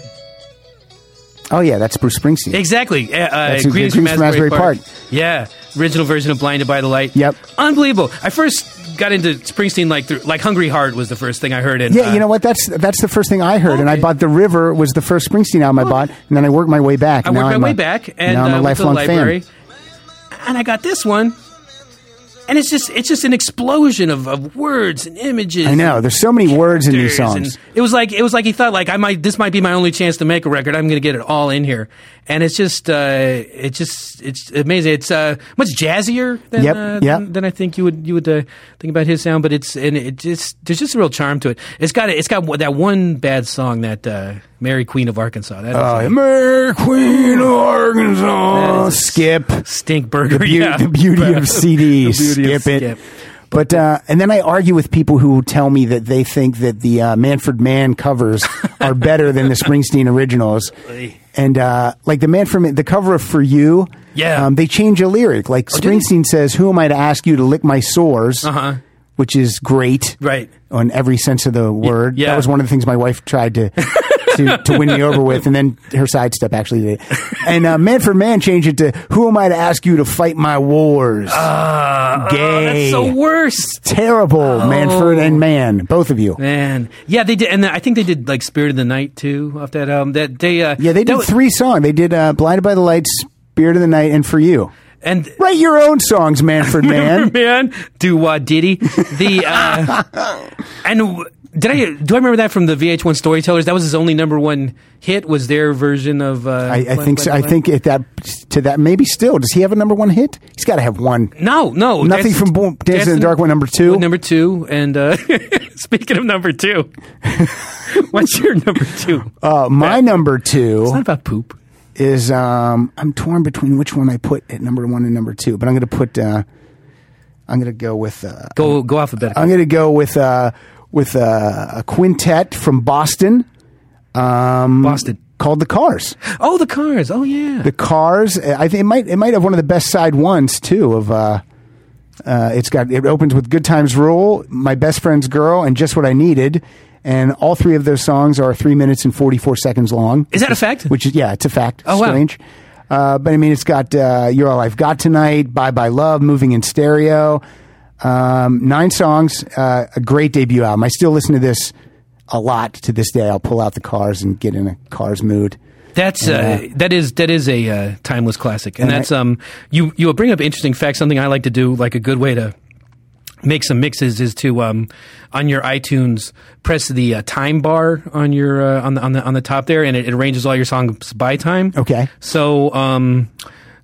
Speaker 3: Oh yeah, that's Bruce Springsteen.
Speaker 4: exactly. Uh, uh,
Speaker 3: That's who-
Speaker 4: Greetings from Asbury Park.
Speaker 3: Park.
Speaker 4: Yeah, original version of Blinded by the Light.
Speaker 3: Yep.
Speaker 4: unbelievable. I first got into Springsteen like through, like Hungry Heart was the first thing I heard. And
Speaker 3: Yeah,
Speaker 4: uh,
Speaker 3: you know what? That's that's the first thing I heard, and I bought The River was the first Springsteen album I bought, and then I worked my way back.
Speaker 4: I
Speaker 3: Now
Speaker 4: worked my
Speaker 3: I'm
Speaker 4: way
Speaker 3: a-
Speaker 4: back and
Speaker 3: now I'm
Speaker 4: uh,
Speaker 3: a
Speaker 4: went to the
Speaker 3: lifelong
Speaker 4: library,
Speaker 3: fan.
Speaker 4: and I got this one. And it's just it's just an explosion of, of words and images.
Speaker 3: I know. There's so many words in these
Speaker 4: characters,
Speaker 3: songs.
Speaker 4: and it was like it was like he thought like I might this might be my only chance to make a record. I'm going to get it all in here, and it's just uh, it just it's amazing. It's uh, much jazzier than,
Speaker 3: Yep,
Speaker 4: uh,
Speaker 3: yep.
Speaker 4: than than I think you would you would uh, think about his sound. But it's and it just there's just a real charm to it. It's got it's got that one bad song that uh, Mary Queen of Arkansas. That is
Speaker 3: Uh,
Speaker 4: a
Speaker 3: Mary Queen of Arkansas.
Speaker 4: That is a
Speaker 3: Skip.
Speaker 4: stink burger.
Speaker 3: Beau-
Speaker 4: yeah.
Speaker 3: The beauty of CD.
Speaker 4: The beauty
Speaker 3: skip
Speaker 4: of
Speaker 3: it.
Speaker 4: skip.
Speaker 3: But uh, and then I argue with people who tell me that they think that the uh, Manfred Mann covers are better than the Springsteen originals. And uh, like the Manfred Man, the cover of For You,
Speaker 4: Yeah. Oh,
Speaker 3: um, they change a lyric. Like
Speaker 4: do they?
Speaker 3: Springsteen says, "Who am I to ask you to lick my sores?"
Speaker 4: Uh-huh.
Speaker 3: Which is great,
Speaker 4: Right.
Speaker 3: On every sense of the word.
Speaker 4: yeah.
Speaker 3: That was one of the things my wife tried to. To, to win me over with, and then her sidestep actually did. it. And uh, Man for Man changed it to "Who am I to ask you to fight my wars?"
Speaker 4: Oh,
Speaker 3: Gay.
Speaker 4: that's so worst.
Speaker 3: terrible, Manfred and Man, both of you.
Speaker 4: Man, yeah, they did, and I think they did like "Spirit of the Night" too off that album. That they, uh,
Speaker 3: Yeah, they
Speaker 4: that
Speaker 3: did
Speaker 4: was-
Speaker 3: three songs. They did uh, "Blinded by the Lights," "Spirit of the Night," and "For You."
Speaker 4: and
Speaker 3: Write your own songs, Manfred Man.
Speaker 4: man, do what diddy the uh, and w- did I do I remember that from the VH1 Storytellers? That was his only number one hit. Was their version of uh,
Speaker 3: I, I think so. I think at that to that maybe still does he have a number one hit? He's got to have one.
Speaker 4: No, no.
Speaker 3: Nothing
Speaker 4: that's-
Speaker 3: from Bo- Dancing in the
Speaker 4: that's-
Speaker 3: Dark went number two.
Speaker 4: went Number two. And uh, speaking of number two, what's your number two?
Speaker 3: Uh, my number two
Speaker 4: it's not about poop.
Speaker 3: is um, I'm torn between which one I put at number one and number two, but I'm going to put uh, I'm going to go with uh,
Speaker 4: Go go alphabetical.
Speaker 3: I'm going to go with uh, with uh, a quintet from Boston Um,
Speaker 4: Boston.
Speaker 3: called the Cars.
Speaker 4: Oh, the cars. Oh yeah.
Speaker 3: The Cars. uh, I think it might it might have one of the best side ones too. Of uh, uh, it's got it opens with "Good Times Rule," "My Best Friend's Girl," and "Just What I Needed." And all three of those songs are three minutes and forty four seconds long.
Speaker 4: Is that a fact?
Speaker 3: Which is yeah, it's a fact.
Speaker 4: Oh, wow.
Speaker 3: Strange. Uh, but I mean, it's got uh, "You're All I've Got Tonight," "Bye Bye Love," "Moving in Stereo," um, nine songs. Uh, a great debut album. I still listen to this a lot to this day. I'll pull out the Cars and get in a Cars mood.
Speaker 4: That's uh, that is that is a uh, timeless classic, and
Speaker 3: And I-
Speaker 4: that's um you you bring up interesting facts. Something I like to do, like a good way to make some mixes, is to um on your iTunes press the uh, time bar on your uh, on the on the on the top there, and it, it arranges all your songs by time.
Speaker 3: Okay.
Speaker 4: So um,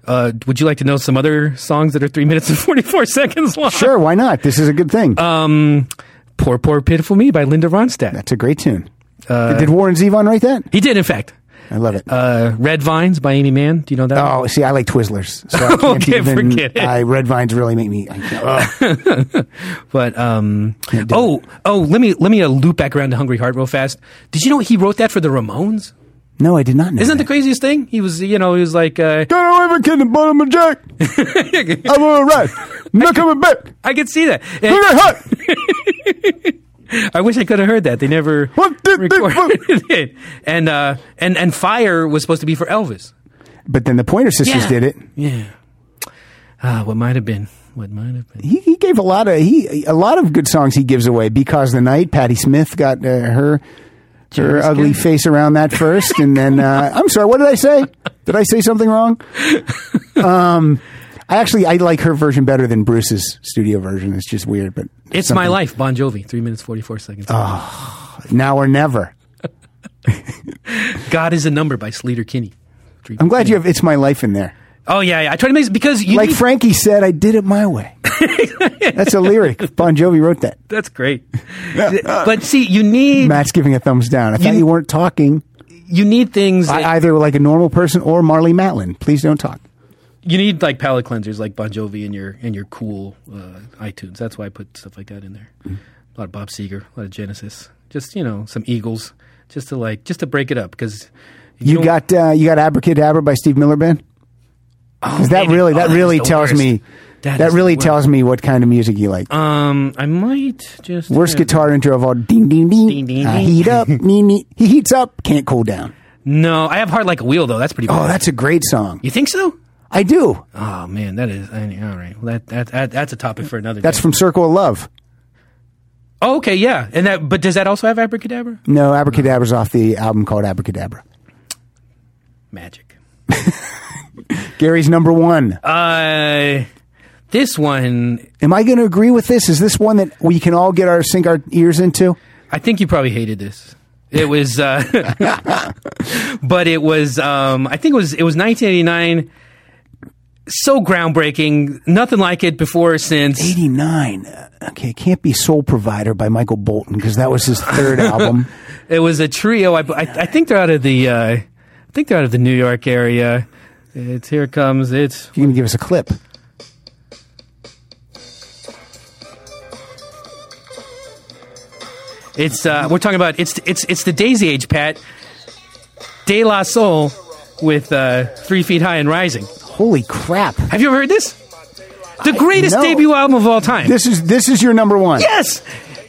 Speaker 4: uh, would you like to know some other songs that are three minutes and forty four seconds long?
Speaker 3: Sure, why not? This is a good thing.
Speaker 4: Um, poor poor pitiful me by Linda Ronstadt.
Speaker 3: That's a great tune. Did Warren Zevon write that?
Speaker 4: he did, in fact.
Speaker 3: I love it.
Speaker 4: Uh, Red Vines by Amy Mann. Do you know that? one?
Speaker 3: oh, see, I like Twizzlers. So I can't
Speaker 4: Okay,
Speaker 3: even,
Speaker 4: forget it.
Speaker 3: I, Red Vines really make me. I can't- ugh.
Speaker 4: But um,
Speaker 3: do
Speaker 4: oh oh, let me let me uh, loop back around to Hungry Heart real fast. Did you know he wrote that for the Ramones?
Speaker 3: no, I did not know.
Speaker 4: Isn't that the
Speaker 3: that.
Speaker 4: craziest thing? He was you know he was like uh,
Speaker 3: Got away from kid the bottom of Jack. I'm all right. Not coming back.
Speaker 4: I could see that. And
Speaker 3: Look at hot.
Speaker 4: I wish I could have heard that. They never
Speaker 3: One, two, three, four.
Speaker 4: recorded it. And uh, and and Fire was supposed to be for Elvis.
Speaker 3: But then the Pointer Sisters
Speaker 4: Yeah.
Speaker 3: did it.
Speaker 4: Yeah. Ah, what might have been? What might have been?
Speaker 3: He, he gave a lot of he a lot of good songs he gives away because the night Patti Smith got uh, her her
Speaker 4: Jealous
Speaker 3: ugly
Speaker 4: guy.
Speaker 3: face around that first, and then uh, I'm sorry, what did I say? Did I say something wrong? Um, I actually I like her version better than Bruce's studio version. It's just weird, but
Speaker 4: It's my
Speaker 3: something- Ah.
Speaker 4: life, Bon Jovi. Three minutes forty four seconds.
Speaker 3: now or never.
Speaker 4: God is a number by Sleater Kinney.
Speaker 3: I'm glad you have It's My Life in there.
Speaker 4: Oh yeah, yeah. I try to make because you
Speaker 3: Like
Speaker 4: need-
Speaker 3: Frankie said, I did it my way. That's a lyric. Bon Jovi wrote that.
Speaker 4: that's great. but see, you need
Speaker 3: Matt's giving a thumbs down. I thought
Speaker 4: You-
Speaker 3: you weren't talking.
Speaker 4: you need things. that-
Speaker 3: I, either like a normal person or Marley Matlin. Please don't talk.
Speaker 4: you need like palate cleansers like Bon Jovi and your and your cool uh, iTunes. That's why I put stuff like that in there.
Speaker 3: Mm-hmm.
Speaker 4: A lot of Bob Seger, a lot of Genesis, just you know some Eagles, just to like just to break it up because
Speaker 3: You, got uh, you got Abracadabra by Steve Miller Band. Because that
Speaker 4: baby.
Speaker 3: really
Speaker 4: Oh,
Speaker 3: that
Speaker 4: that is
Speaker 3: really
Speaker 4: the
Speaker 3: tells
Speaker 4: worst.
Speaker 3: me
Speaker 4: That
Speaker 3: that,
Speaker 4: is the
Speaker 3: really
Speaker 4: worst.
Speaker 3: tells me what kind of music you like.
Speaker 4: Um, I might just
Speaker 3: Worst guitar intro of all. Ding ding ding.
Speaker 4: Ding, ding,
Speaker 3: I
Speaker 4: ding.
Speaker 3: heat up. me, me. He heats up. Can't cool down.
Speaker 4: No, I have hard like a wheel though. That's pretty.
Speaker 3: Oh,
Speaker 4: bad.
Speaker 3: that's a great song.
Speaker 4: you think so?
Speaker 3: I do.
Speaker 4: Oh man, that is I mean, all right. Well, that, that that that's a topic for another.
Speaker 3: That's
Speaker 4: day.
Speaker 3: from Circle of Love.
Speaker 4: oh, okay, yeah, and that. But does that also have abracadabra?
Speaker 3: No, Abracadabra's off the album called Abracadabra.
Speaker 4: Magic.
Speaker 3: Gary's number one.
Speaker 4: Uh, this one,
Speaker 3: Am I going to agree with this? Is this one that we can all get our sink our ears into?
Speaker 4: I think you probably hated this. It was, uh, but it was. Um, I think it was. It was 1989. So groundbreaking, nothing like it before or since.
Speaker 3: 89. Uh, Okay, it can't be Soul Provider by Michael Bolton because that was his third album.
Speaker 4: It was a trio. I, I, I think they're out of the. Uh, I think they're out of the New York area. It's here it comes. It's
Speaker 3: You can give us a clip.
Speaker 4: it's. Uh, we're talking about it's it's it's the Daisy Age Pat, De La Soul, with uh, Three Feet High and Rising.
Speaker 3: Holy crap.
Speaker 4: Have you ever heard this? The greatest
Speaker 3: no.
Speaker 4: debut album of all time.
Speaker 3: This is this is your number one.
Speaker 4: yes,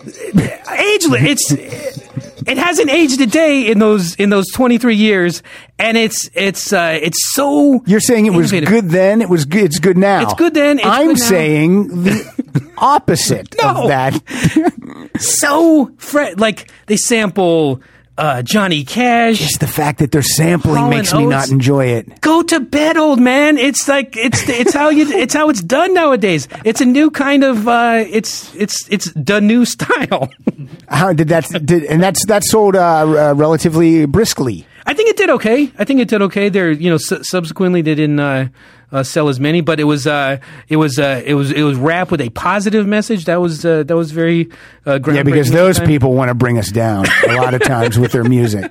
Speaker 4: ageless. It's it hasn't aged a day in those in those twenty three years, and it's it's uh, it's so.
Speaker 3: You're saying it was
Speaker 4: innovative.
Speaker 3: good then, it was good, it's good now.
Speaker 4: It's good then, it's
Speaker 3: I'm
Speaker 4: good now.
Speaker 3: saying the opposite
Speaker 4: No.
Speaker 3: of that.
Speaker 4: so fre- like they sample uh, Johnny Cash.
Speaker 3: Just the fact that they're sampling
Speaker 4: Colin
Speaker 3: makes me
Speaker 4: Oates.
Speaker 3: not enjoy it.
Speaker 4: Go to bed, old man. It's like it's it's how you it's how it's done nowadays. It's a new kind of uh, it's it's it's the new style.
Speaker 3: How did that did and that's that sold uh, uh, relatively briskly.
Speaker 4: I think it did okay. I think it did okay. There, you know, su- subsequently they didn't uh, uh, sell as many, but it was uh, it was uh, it was it was rap with a positive message. That was uh, that was very uh, groundbreaking.
Speaker 3: Yeah, because
Speaker 4: at the
Speaker 3: those
Speaker 4: time.
Speaker 3: people want to bring us down a lot of times with their music,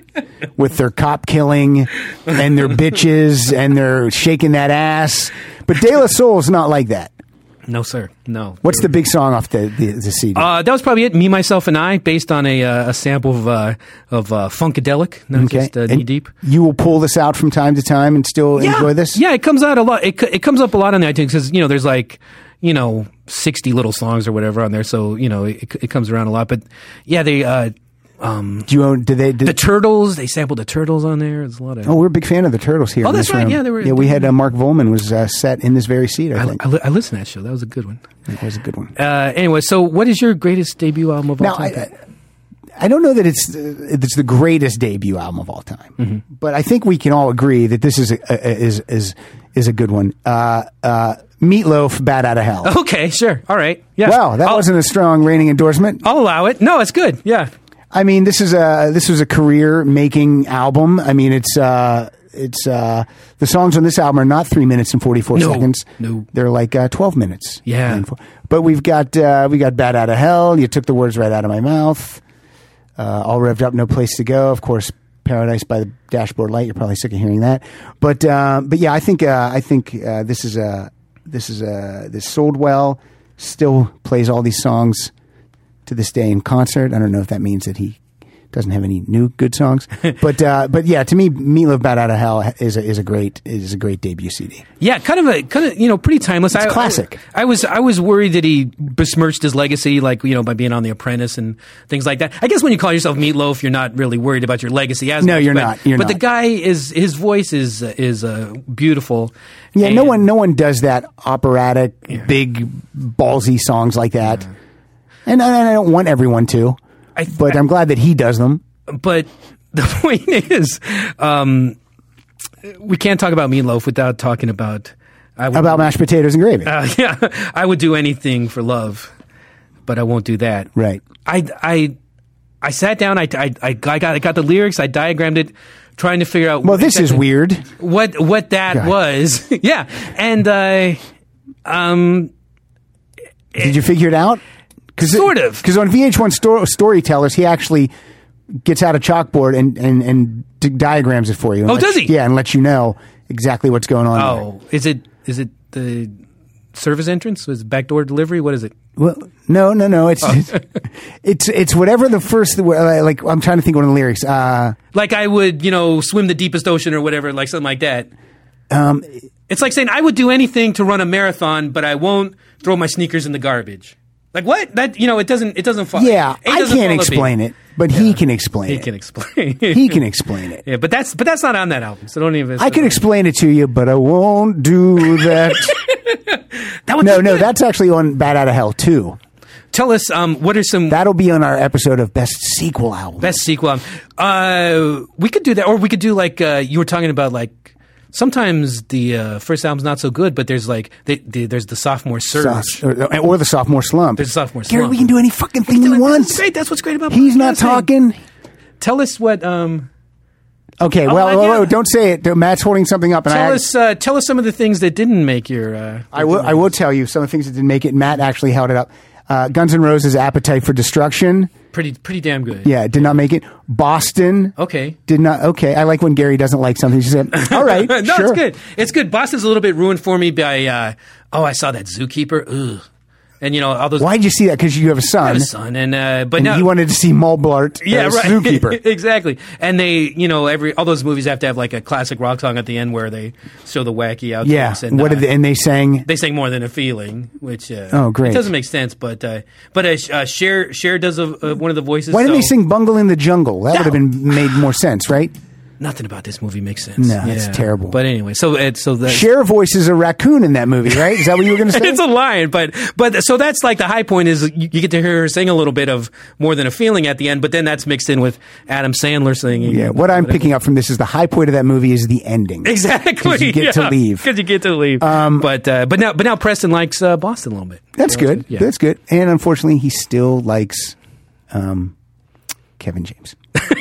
Speaker 3: with their cop killing and their bitches and their shaking that ass. But De La Soul's not like that.
Speaker 4: No, sir. No.
Speaker 3: What's the big song off the, the, the CD?
Speaker 4: Uh, that was probably it. Me, myself, and I, based on a, uh, a sample of uh, of uh, Funkadelic, not just uh,
Speaker 3: And
Speaker 4: knee deep.
Speaker 3: You will pull this out from time to time and still enjoy this?
Speaker 4: Yeah, it comes out a lot. It co- it comes up a lot on the iTunes because you know there's like you know sixty little songs or whatever on there, so you know it, it comes around a lot. But yeah, they uh,
Speaker 3: Do you own, did they, did,
Speaker 4: the turtles. They sampled the turtles on there. There's a lot of.
Speaker 3: oh, we're a big fan of the Turtles here.
Speaker 4: Oh,
Speaker 3: in
Speaker 4: that's
Speaker 3: this
Speaker 4: right.
Speaker 3: room.
Speaker 4: Yeah, they were-
Speaker 3: Yeah, we had uh, Mark Volman was uh, set in this very seat, I
Speaker 4: I,
Speaker 3: think.
Speaker 4: I, li- I listened to that show. That was a good one.
Speaker 3: that was a good one.
Speaker 4: Uh, anyway, so what is your greatest debut album of all
Speaker 3: Now,
Speaker 4: time?
Speaker 3: I, I don't know that it's uh, it's the greatest debut album of all time,
Speaker 4: Mm-hmm.
Speaker 3: but I think we can all agree that this is a, a, a- is is is a good one. Uh, uh, Meatloaf, "Bad Out of Hell."
Speaker 4: okay, sure. All right. Oh, Yeah. Oh.
Speaker 3: Wow, that
Speaker 4: I'll,
Speaker 3: wasn't a strong reigning endorsement.
Speaker 4: I'll allow it. No, it's good. Yeah.
Speaker 3: I mean, this is a this was a career making album. I mean, it's uh, it's uh, the songs on this album are not three minutes and forty four
Speaker 4: No,
Speaker 3: seconds.
Speaker 4: no.
Speaker 3: they're like uh, twelve minutes.
Speaker 4: Yeah.
Speaker 3: And four- But we've got uh, we got "Bad Out of Hell." You took the words right out of my mouth. Uh, all revved up, no place to go. Of course, "Paradise by the Dashboard Light." You're probably sick of hearing that, but uh, but yeah, I think uh, I think uh, this is a this is a this sold well. Still plays all these songs to this day in concert. I don't know if that means that he doesn't have any new good songs, but uh, but yeah, to me, Meatloaf "Bad Out of Hell" is a, is a great is a great debut CD.
Speaker 4: Yeah, kind of a kind of you know pretty timeless. I,
Speaker 3: classic.
Speaker 4: I, I was I was worried that he besmirched his legacy, like you know by being on The Apprentice and things like that. I guess when you call yourself Meatloaf, you're not really worried about your legacy as
Speaker 3: No,
Speaker 4: much,
Speaker 3: you're
Speaker 4: but,
Speaker 3: not. You're
Speaker 4: but the
Speaker 3: not.
Speaker 4: guy is his voice is is uh, beautiful.
Speaker 3: Yeah, no
Speaker 4: And-
Speaker 3: one no one does that operatic, big, ballsy songs like that, and, I- and I don't want everyone to,
Speaker 4: I th-
Speaker 3: but I'm glad that he does them.
Speaker 4: but the point is, um, we can't talk about Meatloaf without talking about. I would,
Speaker 3: About mashed potatoes and gravy,
Speaker 4: uh, yeah, I would do anything for love, but I won't do that.
Speaker 3: right?
Speaker 4: I I I sat down. I, I, I got I got the lyrics. I diagrammed it, trying to figure out.
Speaker 3: Well, this is
Speaker 4: exactly
Speaker 3: weird.
Speaker 4: What what that
Speaker 3: God.
Speaker 4: was? yeah, and uh, um,
Speaker 3: Did you figure it out? Cause
Speaker 4: Sort of.
Speaker 3: Because on VH1 Stor- Storytellers, he actually gets out a chalkboard and, and, and di- diagrams it for you. and
Speaker 4: Oh,
Speaker 3: lets-
Speaker 4: does he?
Speaker 3: Yeah, and lets you know exactly what's going on. there.
Speaker 4: oh, is it is it the service entrance? Is it backdoor delivery? What is it?
Speaker 3: Well, no, no, no. It's
Speaker 4: Oh.
Speaker 3: it's it's whatever the first uh, like. I'm trying to think of one of the lyrics. Uh,
Speaker 4: Like I would, you know, swim the deepest ocean or whatever, like something like that.
Speaker 3: um,
Speaker 4: It's like saying I would do anything to run a marathon, but I won't throw my sneakers in the garbage. Like what? That you know, it doesn't it doesn't follow.
Speaker 3: yeah, I can't explain it, but he can explain
Speaker 4: He
Speaker 3: it.
Speaker 4: can explain.
Speaker 3: He can explain it.
Speaker 4: yeah, but that's but that's not on that album. So don't even.
Speaker 3: I can explain it to you, but I won't do that.
Speaker 4: That one's
Speaker 3: no,
Speaker 4: good.
Speaker 3: no, that's actually on Bad Out of Hell too.
Speaker 4: Tell us um, what are some
Speaker 3: That'll be on our episode of Best Sequel Album.
Speaker 4: best sequel. album? Uh, we could do that, or we could do like uh, you were talking about. Like sometimes the uh, first album's not so good, but there's like the, the, there's the sophomore surge.
Speaker 3: Sus- or, or the sophomore slump.
Speaker 4: There's a sophomore
Speaker 3: Gary,
Speaker 4: slump.
Speaker 3: we can do any fucking thing we
Speaker 4: That's
Speaker 3: want.
Speaker 4: what's great. That's what's great about
Speaker 3: He's not
Speaker 4: podcasting.
Speaker 3: talking.
Speaker 4: Tell us what. Um,
Speaker 3: Okay, well,
Speaker 4: Oh, I
Speaker 3: whoa, whoa,
Speaker 4: know.
Speaker 3: don't say it. Matt's holding something up, and
Speaker 4: tell
Speaker 3: I,
Speaker 4: us. Uh, tell us some of the things that didn't make your. Uh,
Speaker 3: I will. I will tell you some of the things that didn't make it. Matt actually held it up. Uh, Guns N' Roses' "Appetite for Destruction."
Speaker 4: pretty pretty damn good.
Speaker 3: Yeah, it did not make it. Boston.
Speaker 4: Okay.
Speaker 3: Did not. Okay, I like when Gary doesn't like something. She said, "All right,
Speaker 4: no,
Speaker 3: sure."
Speaker 4: it's good. It's good. Boston's a little bit ruined for me by. Uh, oh, I saw that zookeeper. Ugh. And you know all those.
Speaker 3: Why did you see that? Because you have a son.
Speaker 4: I have a son, and uh, but
Speaker 3: and
Speaker 4: no,
Speaker 3: you wanted to see Mulblart,
Speaker 4: yeah,
Speaker 3: uh,
Speaker 4: right.
Speaker 3: zookeeper.
Speaker 4: exactly. And they, you know, every all those movies have to have like a classic rock song at the end where they show the wacky outtakes.
Speaker 3: yeah.
Speaker 4: and,
Speaker 3: what
Speaker 4: uh,
Speaker 3: did they, and they sang?
Speaker 4: they sang more than a feeling, which uh,
Speaker 3: Oh, great.
Speaker 4: it doesn't make sense, but uh, but uh, Sh- uh, Cher Cher does a, uh, one of the voices.
Speaker 3: Why didn't they
Speaker 4: so-
Speaker 3: sing "Bungle in the Jungle"? That would have been made more sense, right?
Speaker 4: Nothing about this movie makes sense.
Speaker 3: No, it's terrible.
Speaker 4: But anyway, so it, so that
Speaker 3: Cher voices a raccoon in that movie, right? Is that what you were going to say?
Speaker 4: it's a lion, but but so that's like the high point is you, you get to hear her sing a little bit of more than a feeling at the end, but then that's mixed in with Adam Sandler singing.
Speaker 3: yeah. What I'm picking up from this is the high point of that movie is the ending.
Speaker 4: Exactly.
Speaker 3: 'Cause you get to leave. Um,
Speaker 4: Because you get to leave. but uh, but now but now Preston likes uh, Boston a little bit.
Speaker 3: That's good.
Speaker 4: Yeah.
Speaker 3: That's good. And unfortunately, he still likes um, Kevin James.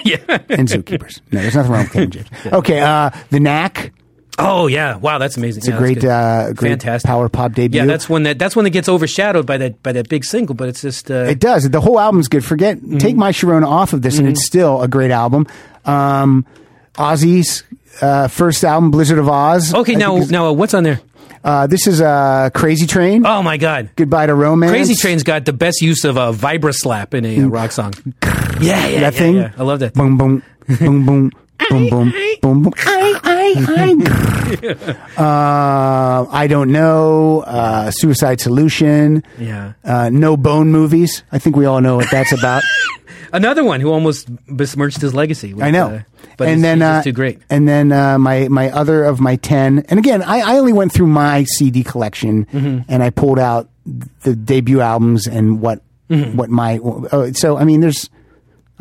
Speaker 3: And zookeepers. No, there's nothing wrong with Kevin James. Okay, uh, The Knack,
Speaker 4: Oh yeah! Wow, that's amazing. It's
Speaker 3: a great, uh, great
Speaker 4: Fantastic.
Speaker 3: power pop debut.
Speaker 4: Yeah, that's one that that's one that gets overshadowed by that by that big single. But it's just uh,
Speaker 3: It does. The whole album's good. Forget
Speaker 4: Mm-hmm.
Speaker 3: take my Sharona off of this, and it's still a great album. Um, Ozzy's uh, first album, Blizzard of Oz.
Speaker 4: okay.
Speaker 3: I
Speaker 4: Now
Speaker 3: think is-
Speaker 4: now uh, what's on there?
Speaker 3: uh, this is uh, Crazy Train.
Speaker 4: Oh my God!
Speaker 3: Goodbye to Romance.
Speaker 4: Crazy Train's got the best use of a vibra slap in a uh, rock song. Yeah, yeah, yeah,
Speaker 3: that thing.
Speaker 4: yeah. I love that.
Speaker 3: Boom, boom, boom, boom, boom, boom, boom, boom. I, I, I. uh, I don't know. Uh, Suicide Solution.
Speaker 4: Yeah.
Speaker 3: Uh, no Bone movies. I think we all know what that's about.
Speaker 4: Another one who almost besmirched his legacy. with,
Speaker 3: I know.
Speaker 4: uh, but and then too great.
Speaker 3: And then uh, my my other of my ten. And again, I, I only went through my CD collection
Speaker 4: Mm-hmm.
Speaker 3: and I pulled out the debut albums and what
Speaker 4: Mm-hmm.
Speaker 3: what my. Oh, so I mean, there's.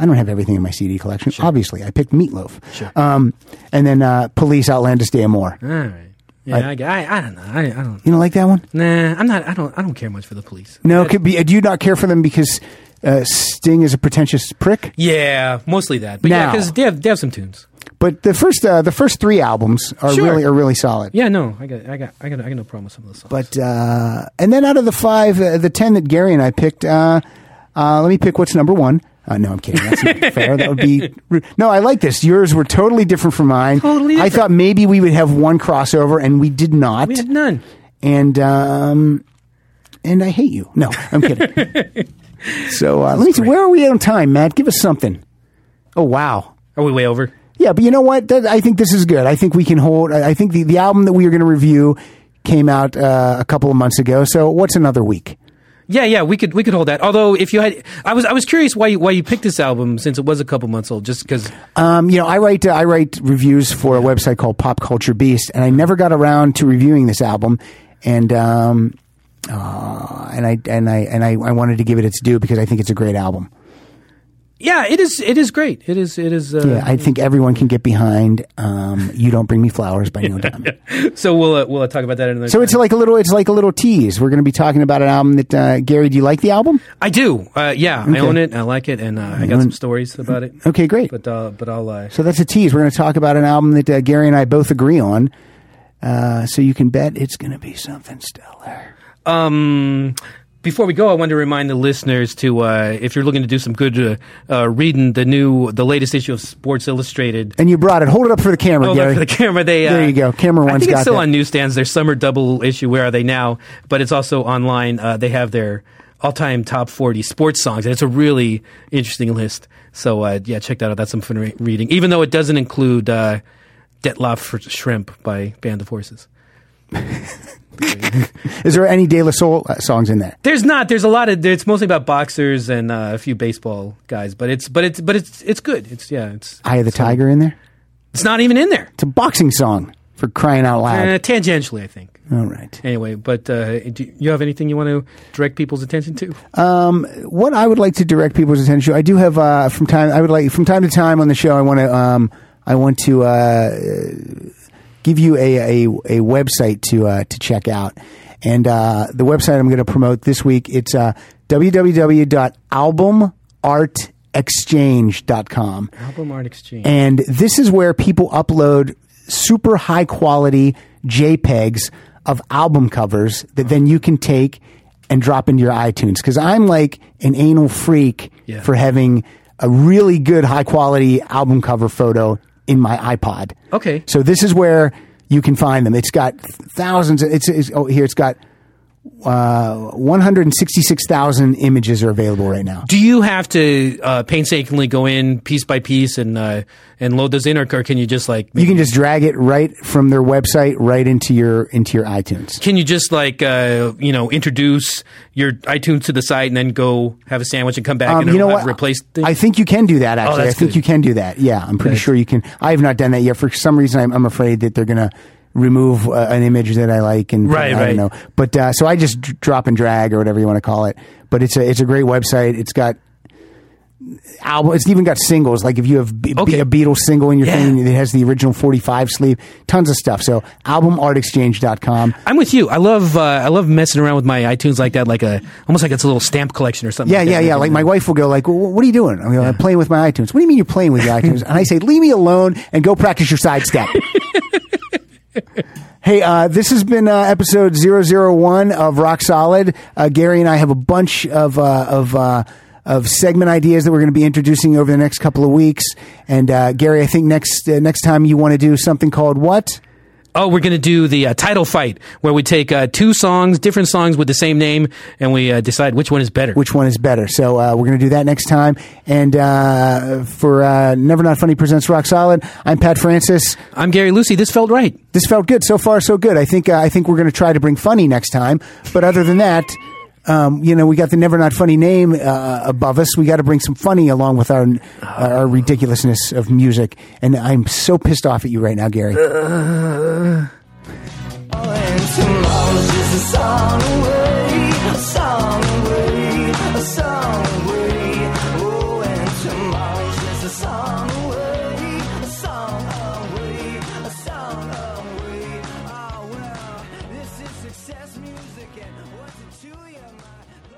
Speaker 3: I don't have everything in my CD collection. Obviously, I picked Meatloaf. Sure. Um, and then uh, Police, Outlandish Day, and More.
Speaker 4: All right. Yeah, I, I, I don't know. I, I don't.
Speaker 3: You don't like that one?
Speaker 4: Nah, I'm not. I don't. I don't care much for the police.
Speaker 3: No, it could be. Do you not care for them because uh, Sting is a pretentious prick?
Speaker 4: Yeah, mostly that. But yeah,
Speaker 3: Now.
Speaker 4: because they have, they have some tunes.
Speaker 3: But the first uh, the first three albums are
Speaker 4: Sure.
Speaker 3: really are really solid.
Speaker 4: Yeah, no, I got, I got, I got, I got no problem with some of the songs.
Speaker 3: But uh, and then out of the five, uh, the ten that Gary and I picked, uh, uh, let me pick what's number one. Uh, no, I'm kidding. That's not fair. That would be rude. no. I like this. Yours were totally different from mine.
Speaker 4: Totally
Speaker 3: I
Speaker 4: different.
Speaker 3: thought maybe we would have one crossover, and we did not.
Speaker 4: we had none.
Speaker 3: and um, and I hate you. No, I'm kidding. so uh, let me see. Where are we on time, Matt? Give us something. Oh wow.
Speaker 4: Are we way over?
Speaker 3: Yeah, but you know what? That, I think this is good. I think we can hold. I I think the, the album that we are going to review came out uh, a couple of months ago. So what's another week?
Speaker 4: Yeah, yeah, we could, we could hold that. Although, if you had, I was, I was curious why you, why you picked this album since it was a couple months old. Just because
Speaker 3: Um, you know, I write uh, I write reviews for a website called Pop Culture Beast, and I never got around to reviewing this album, and um, uh, and I and I and I, I wanted to give it its due because I think it's a great album.
Speaker 4: yeah, it is. It is great. It is. It is. Uh,
Speaker 3: Yeah, I think everyone can get behind. Um, you don't bring me flowers by Neil Diamond.
Speaker 4: so we'll uh, we'll talk about that in another.
Speaker 3: So it's like a little, it's like a little tease. We're going to be talking about an album that uh, Gary. Do you like the album?
Speaker 4: I do. Uh, yeah, I own it. I like it, and uh, I got some stories about it.
Speaker 3: Okay, great.
Speaker 4: But uh, but I'll uh,
Speaker 3: So that's a tease. We're going to talk about an album that uh, Gary and I both agree on. Uh, so you can bet it's going to be something stellar.
Speaker 4: Um, before we go, I want to remind the listeners to, uh, if you're looking to do some good uh, uh, reading, the new, the latest issue of Sports Illustrated.
Speaker 3: And you brought it. Hold it up for the camera,
Speaker 4: Oh,
Speaker 3: Gary.
Speaker 4: look for the camera. They uh,
Speaker 3: There you go. Camera
Speaker 4: I
Speaker 3: one's
Speaker 4: think it's
Speaker 3: got
Speaker 4: still
Speaker 3: that.
Speaker 4: on newsstands. Their summer double issue. Where are they now? But it's also online. Uh, they have their all-time top 40 sports songs, and it's a really interesting list. So uh, yeah, check that out. That's some fun re- reading, even though it doesn't include uh, Detlef for Shrimp by Band of Horses.
Speaker 3: Is there any De La Soul uh, songs in there?
Speaker 4: There's not. There's a lot of. It's mostly about boxers and uh, a few baseball guys. But it's. But it's. But it's. It's good. It's yeah. It's.
Speaker 3: Eye of the Tiger in there?
Speaker 4: It's not even in there.
Speaker 3: It's a boxing song for crying out loud.
Speaker 4: Uh, tangentially, I think.
Speaker 3: All right.
Speaker 4: Anyway, but uh, do you have anything you want to direct people's attention to?
Speaker 3: What I would like to direct people's attention to, I do have uh, from time. I would like from time to time on the show. I want to. Um, I want to uh, give you a, a, a website to uh, to check out, and uh, the website I'm going to promote this week. It's uh, www.albumartexchange.com.
Speaker 4: Album Art Exchange.
Speaker 3: And this is where people upload super high quality JPEGs of album covers that then you can take and drop into your iTunes. Because I'm like an anal freak
Speaker 4: Yeah.
Speaker 3: for having a really good high quality album cover photo in my iPod.
Speaker 4: Okay.
Speaker 3: So this is where you can find them. It's got thousands. Of, it's, it's oh here. It's got uh, 166,000 images are available right now.
Speaker 4: Do you have to uh, painstakingly go in piece by piece and uh, and load those in, or can you just like
Speaker 3: You can just drag it right from their website right into your into your iTunes.
Speaker 4: can you just like uh, you know introduce your iTunes to the site and then go have a sandwich and come back
Speaker 3: Um,
Speaker 4: and
Speaker 3: you know
Speaker 4: it'll
Speaker 3: what?
Speaker 4: have replaced? things?
Speaker 3: I think you can do that. Actually, I
Speaker 4: that's
Speaker 3: think
Speaker 4: good.
Speaker 3: you can do that. Yeah, I'm pretty
Speaker 4: That's-
Speaker 3: sure you can. I have not done that yet. For some reason, I'm, I'm afraid that they're gonna remove uh, an image that I like and
Speaker 4: Right,
Speaker 3: I
Speaker 4: right.
Speaker 3: don't know. But uh, so I just d- drop and drag or whatever you want to call it. But it's a it's a great website. It's got album. It's even got singles. Like if you have B-
Speaker 4: Okay.
Speaker 3: a Beatles single in your
Speaker 4: Yeah.
Speaker 3: thing, it has the original 45 sleeve. Tons of stuff. So albumartexchange.com.
Speaker 4: I'm with you. I love uh, I love messing around with my iTunes like that, like a almost like it's a little stamp collection or something.
Speaker 3: Yeah, yeah,
Speaker 4: that.
Speaker 3: yeah. Like my wife will go, like, well, "What are you doing?" I'm, I'm playing with my iTunes. What do you mean you're playing with your iTunes? And I say, "Leave me alone and go practice your sidestep." hey, uh, this has been uh, episode 001 of Rock Solid. Uh, Gary and I have a bunch of uh, of. Uh, of segment ideas that we're going to be introducing over the next couple of weeks, and uh, Gary, I think next uh, next time you want to do something called what?
Speaker 4: Oh, we're gonna do the uh, title fight where we take uh, two songs, different songs with the same name, and we uh, decide which one is better.
Speaker 3: which one is better. So uh, we're going to do that next time. And uh, for uh, Never Not Funny presents Rock Solid, I'm Pat Francis.
Speaker 4: I'm Gary Lucy. This felt right.
Speaker 3: This felt good so far, so good. I think uh, I think we're going to try to bring funny next time. But other than that. Um, you know, we got the never not funny name uh, above us. We got to bring some funny along with our our ridiculousness of music. And I'm so pissed off at you right now, Gary.
Speaker 2: And tomorrow's just a song away, a song away, a song away. Oh, and tomorrow's just a song away, a song away, a song away. Ah, well, this is success music, and what's it to you, my?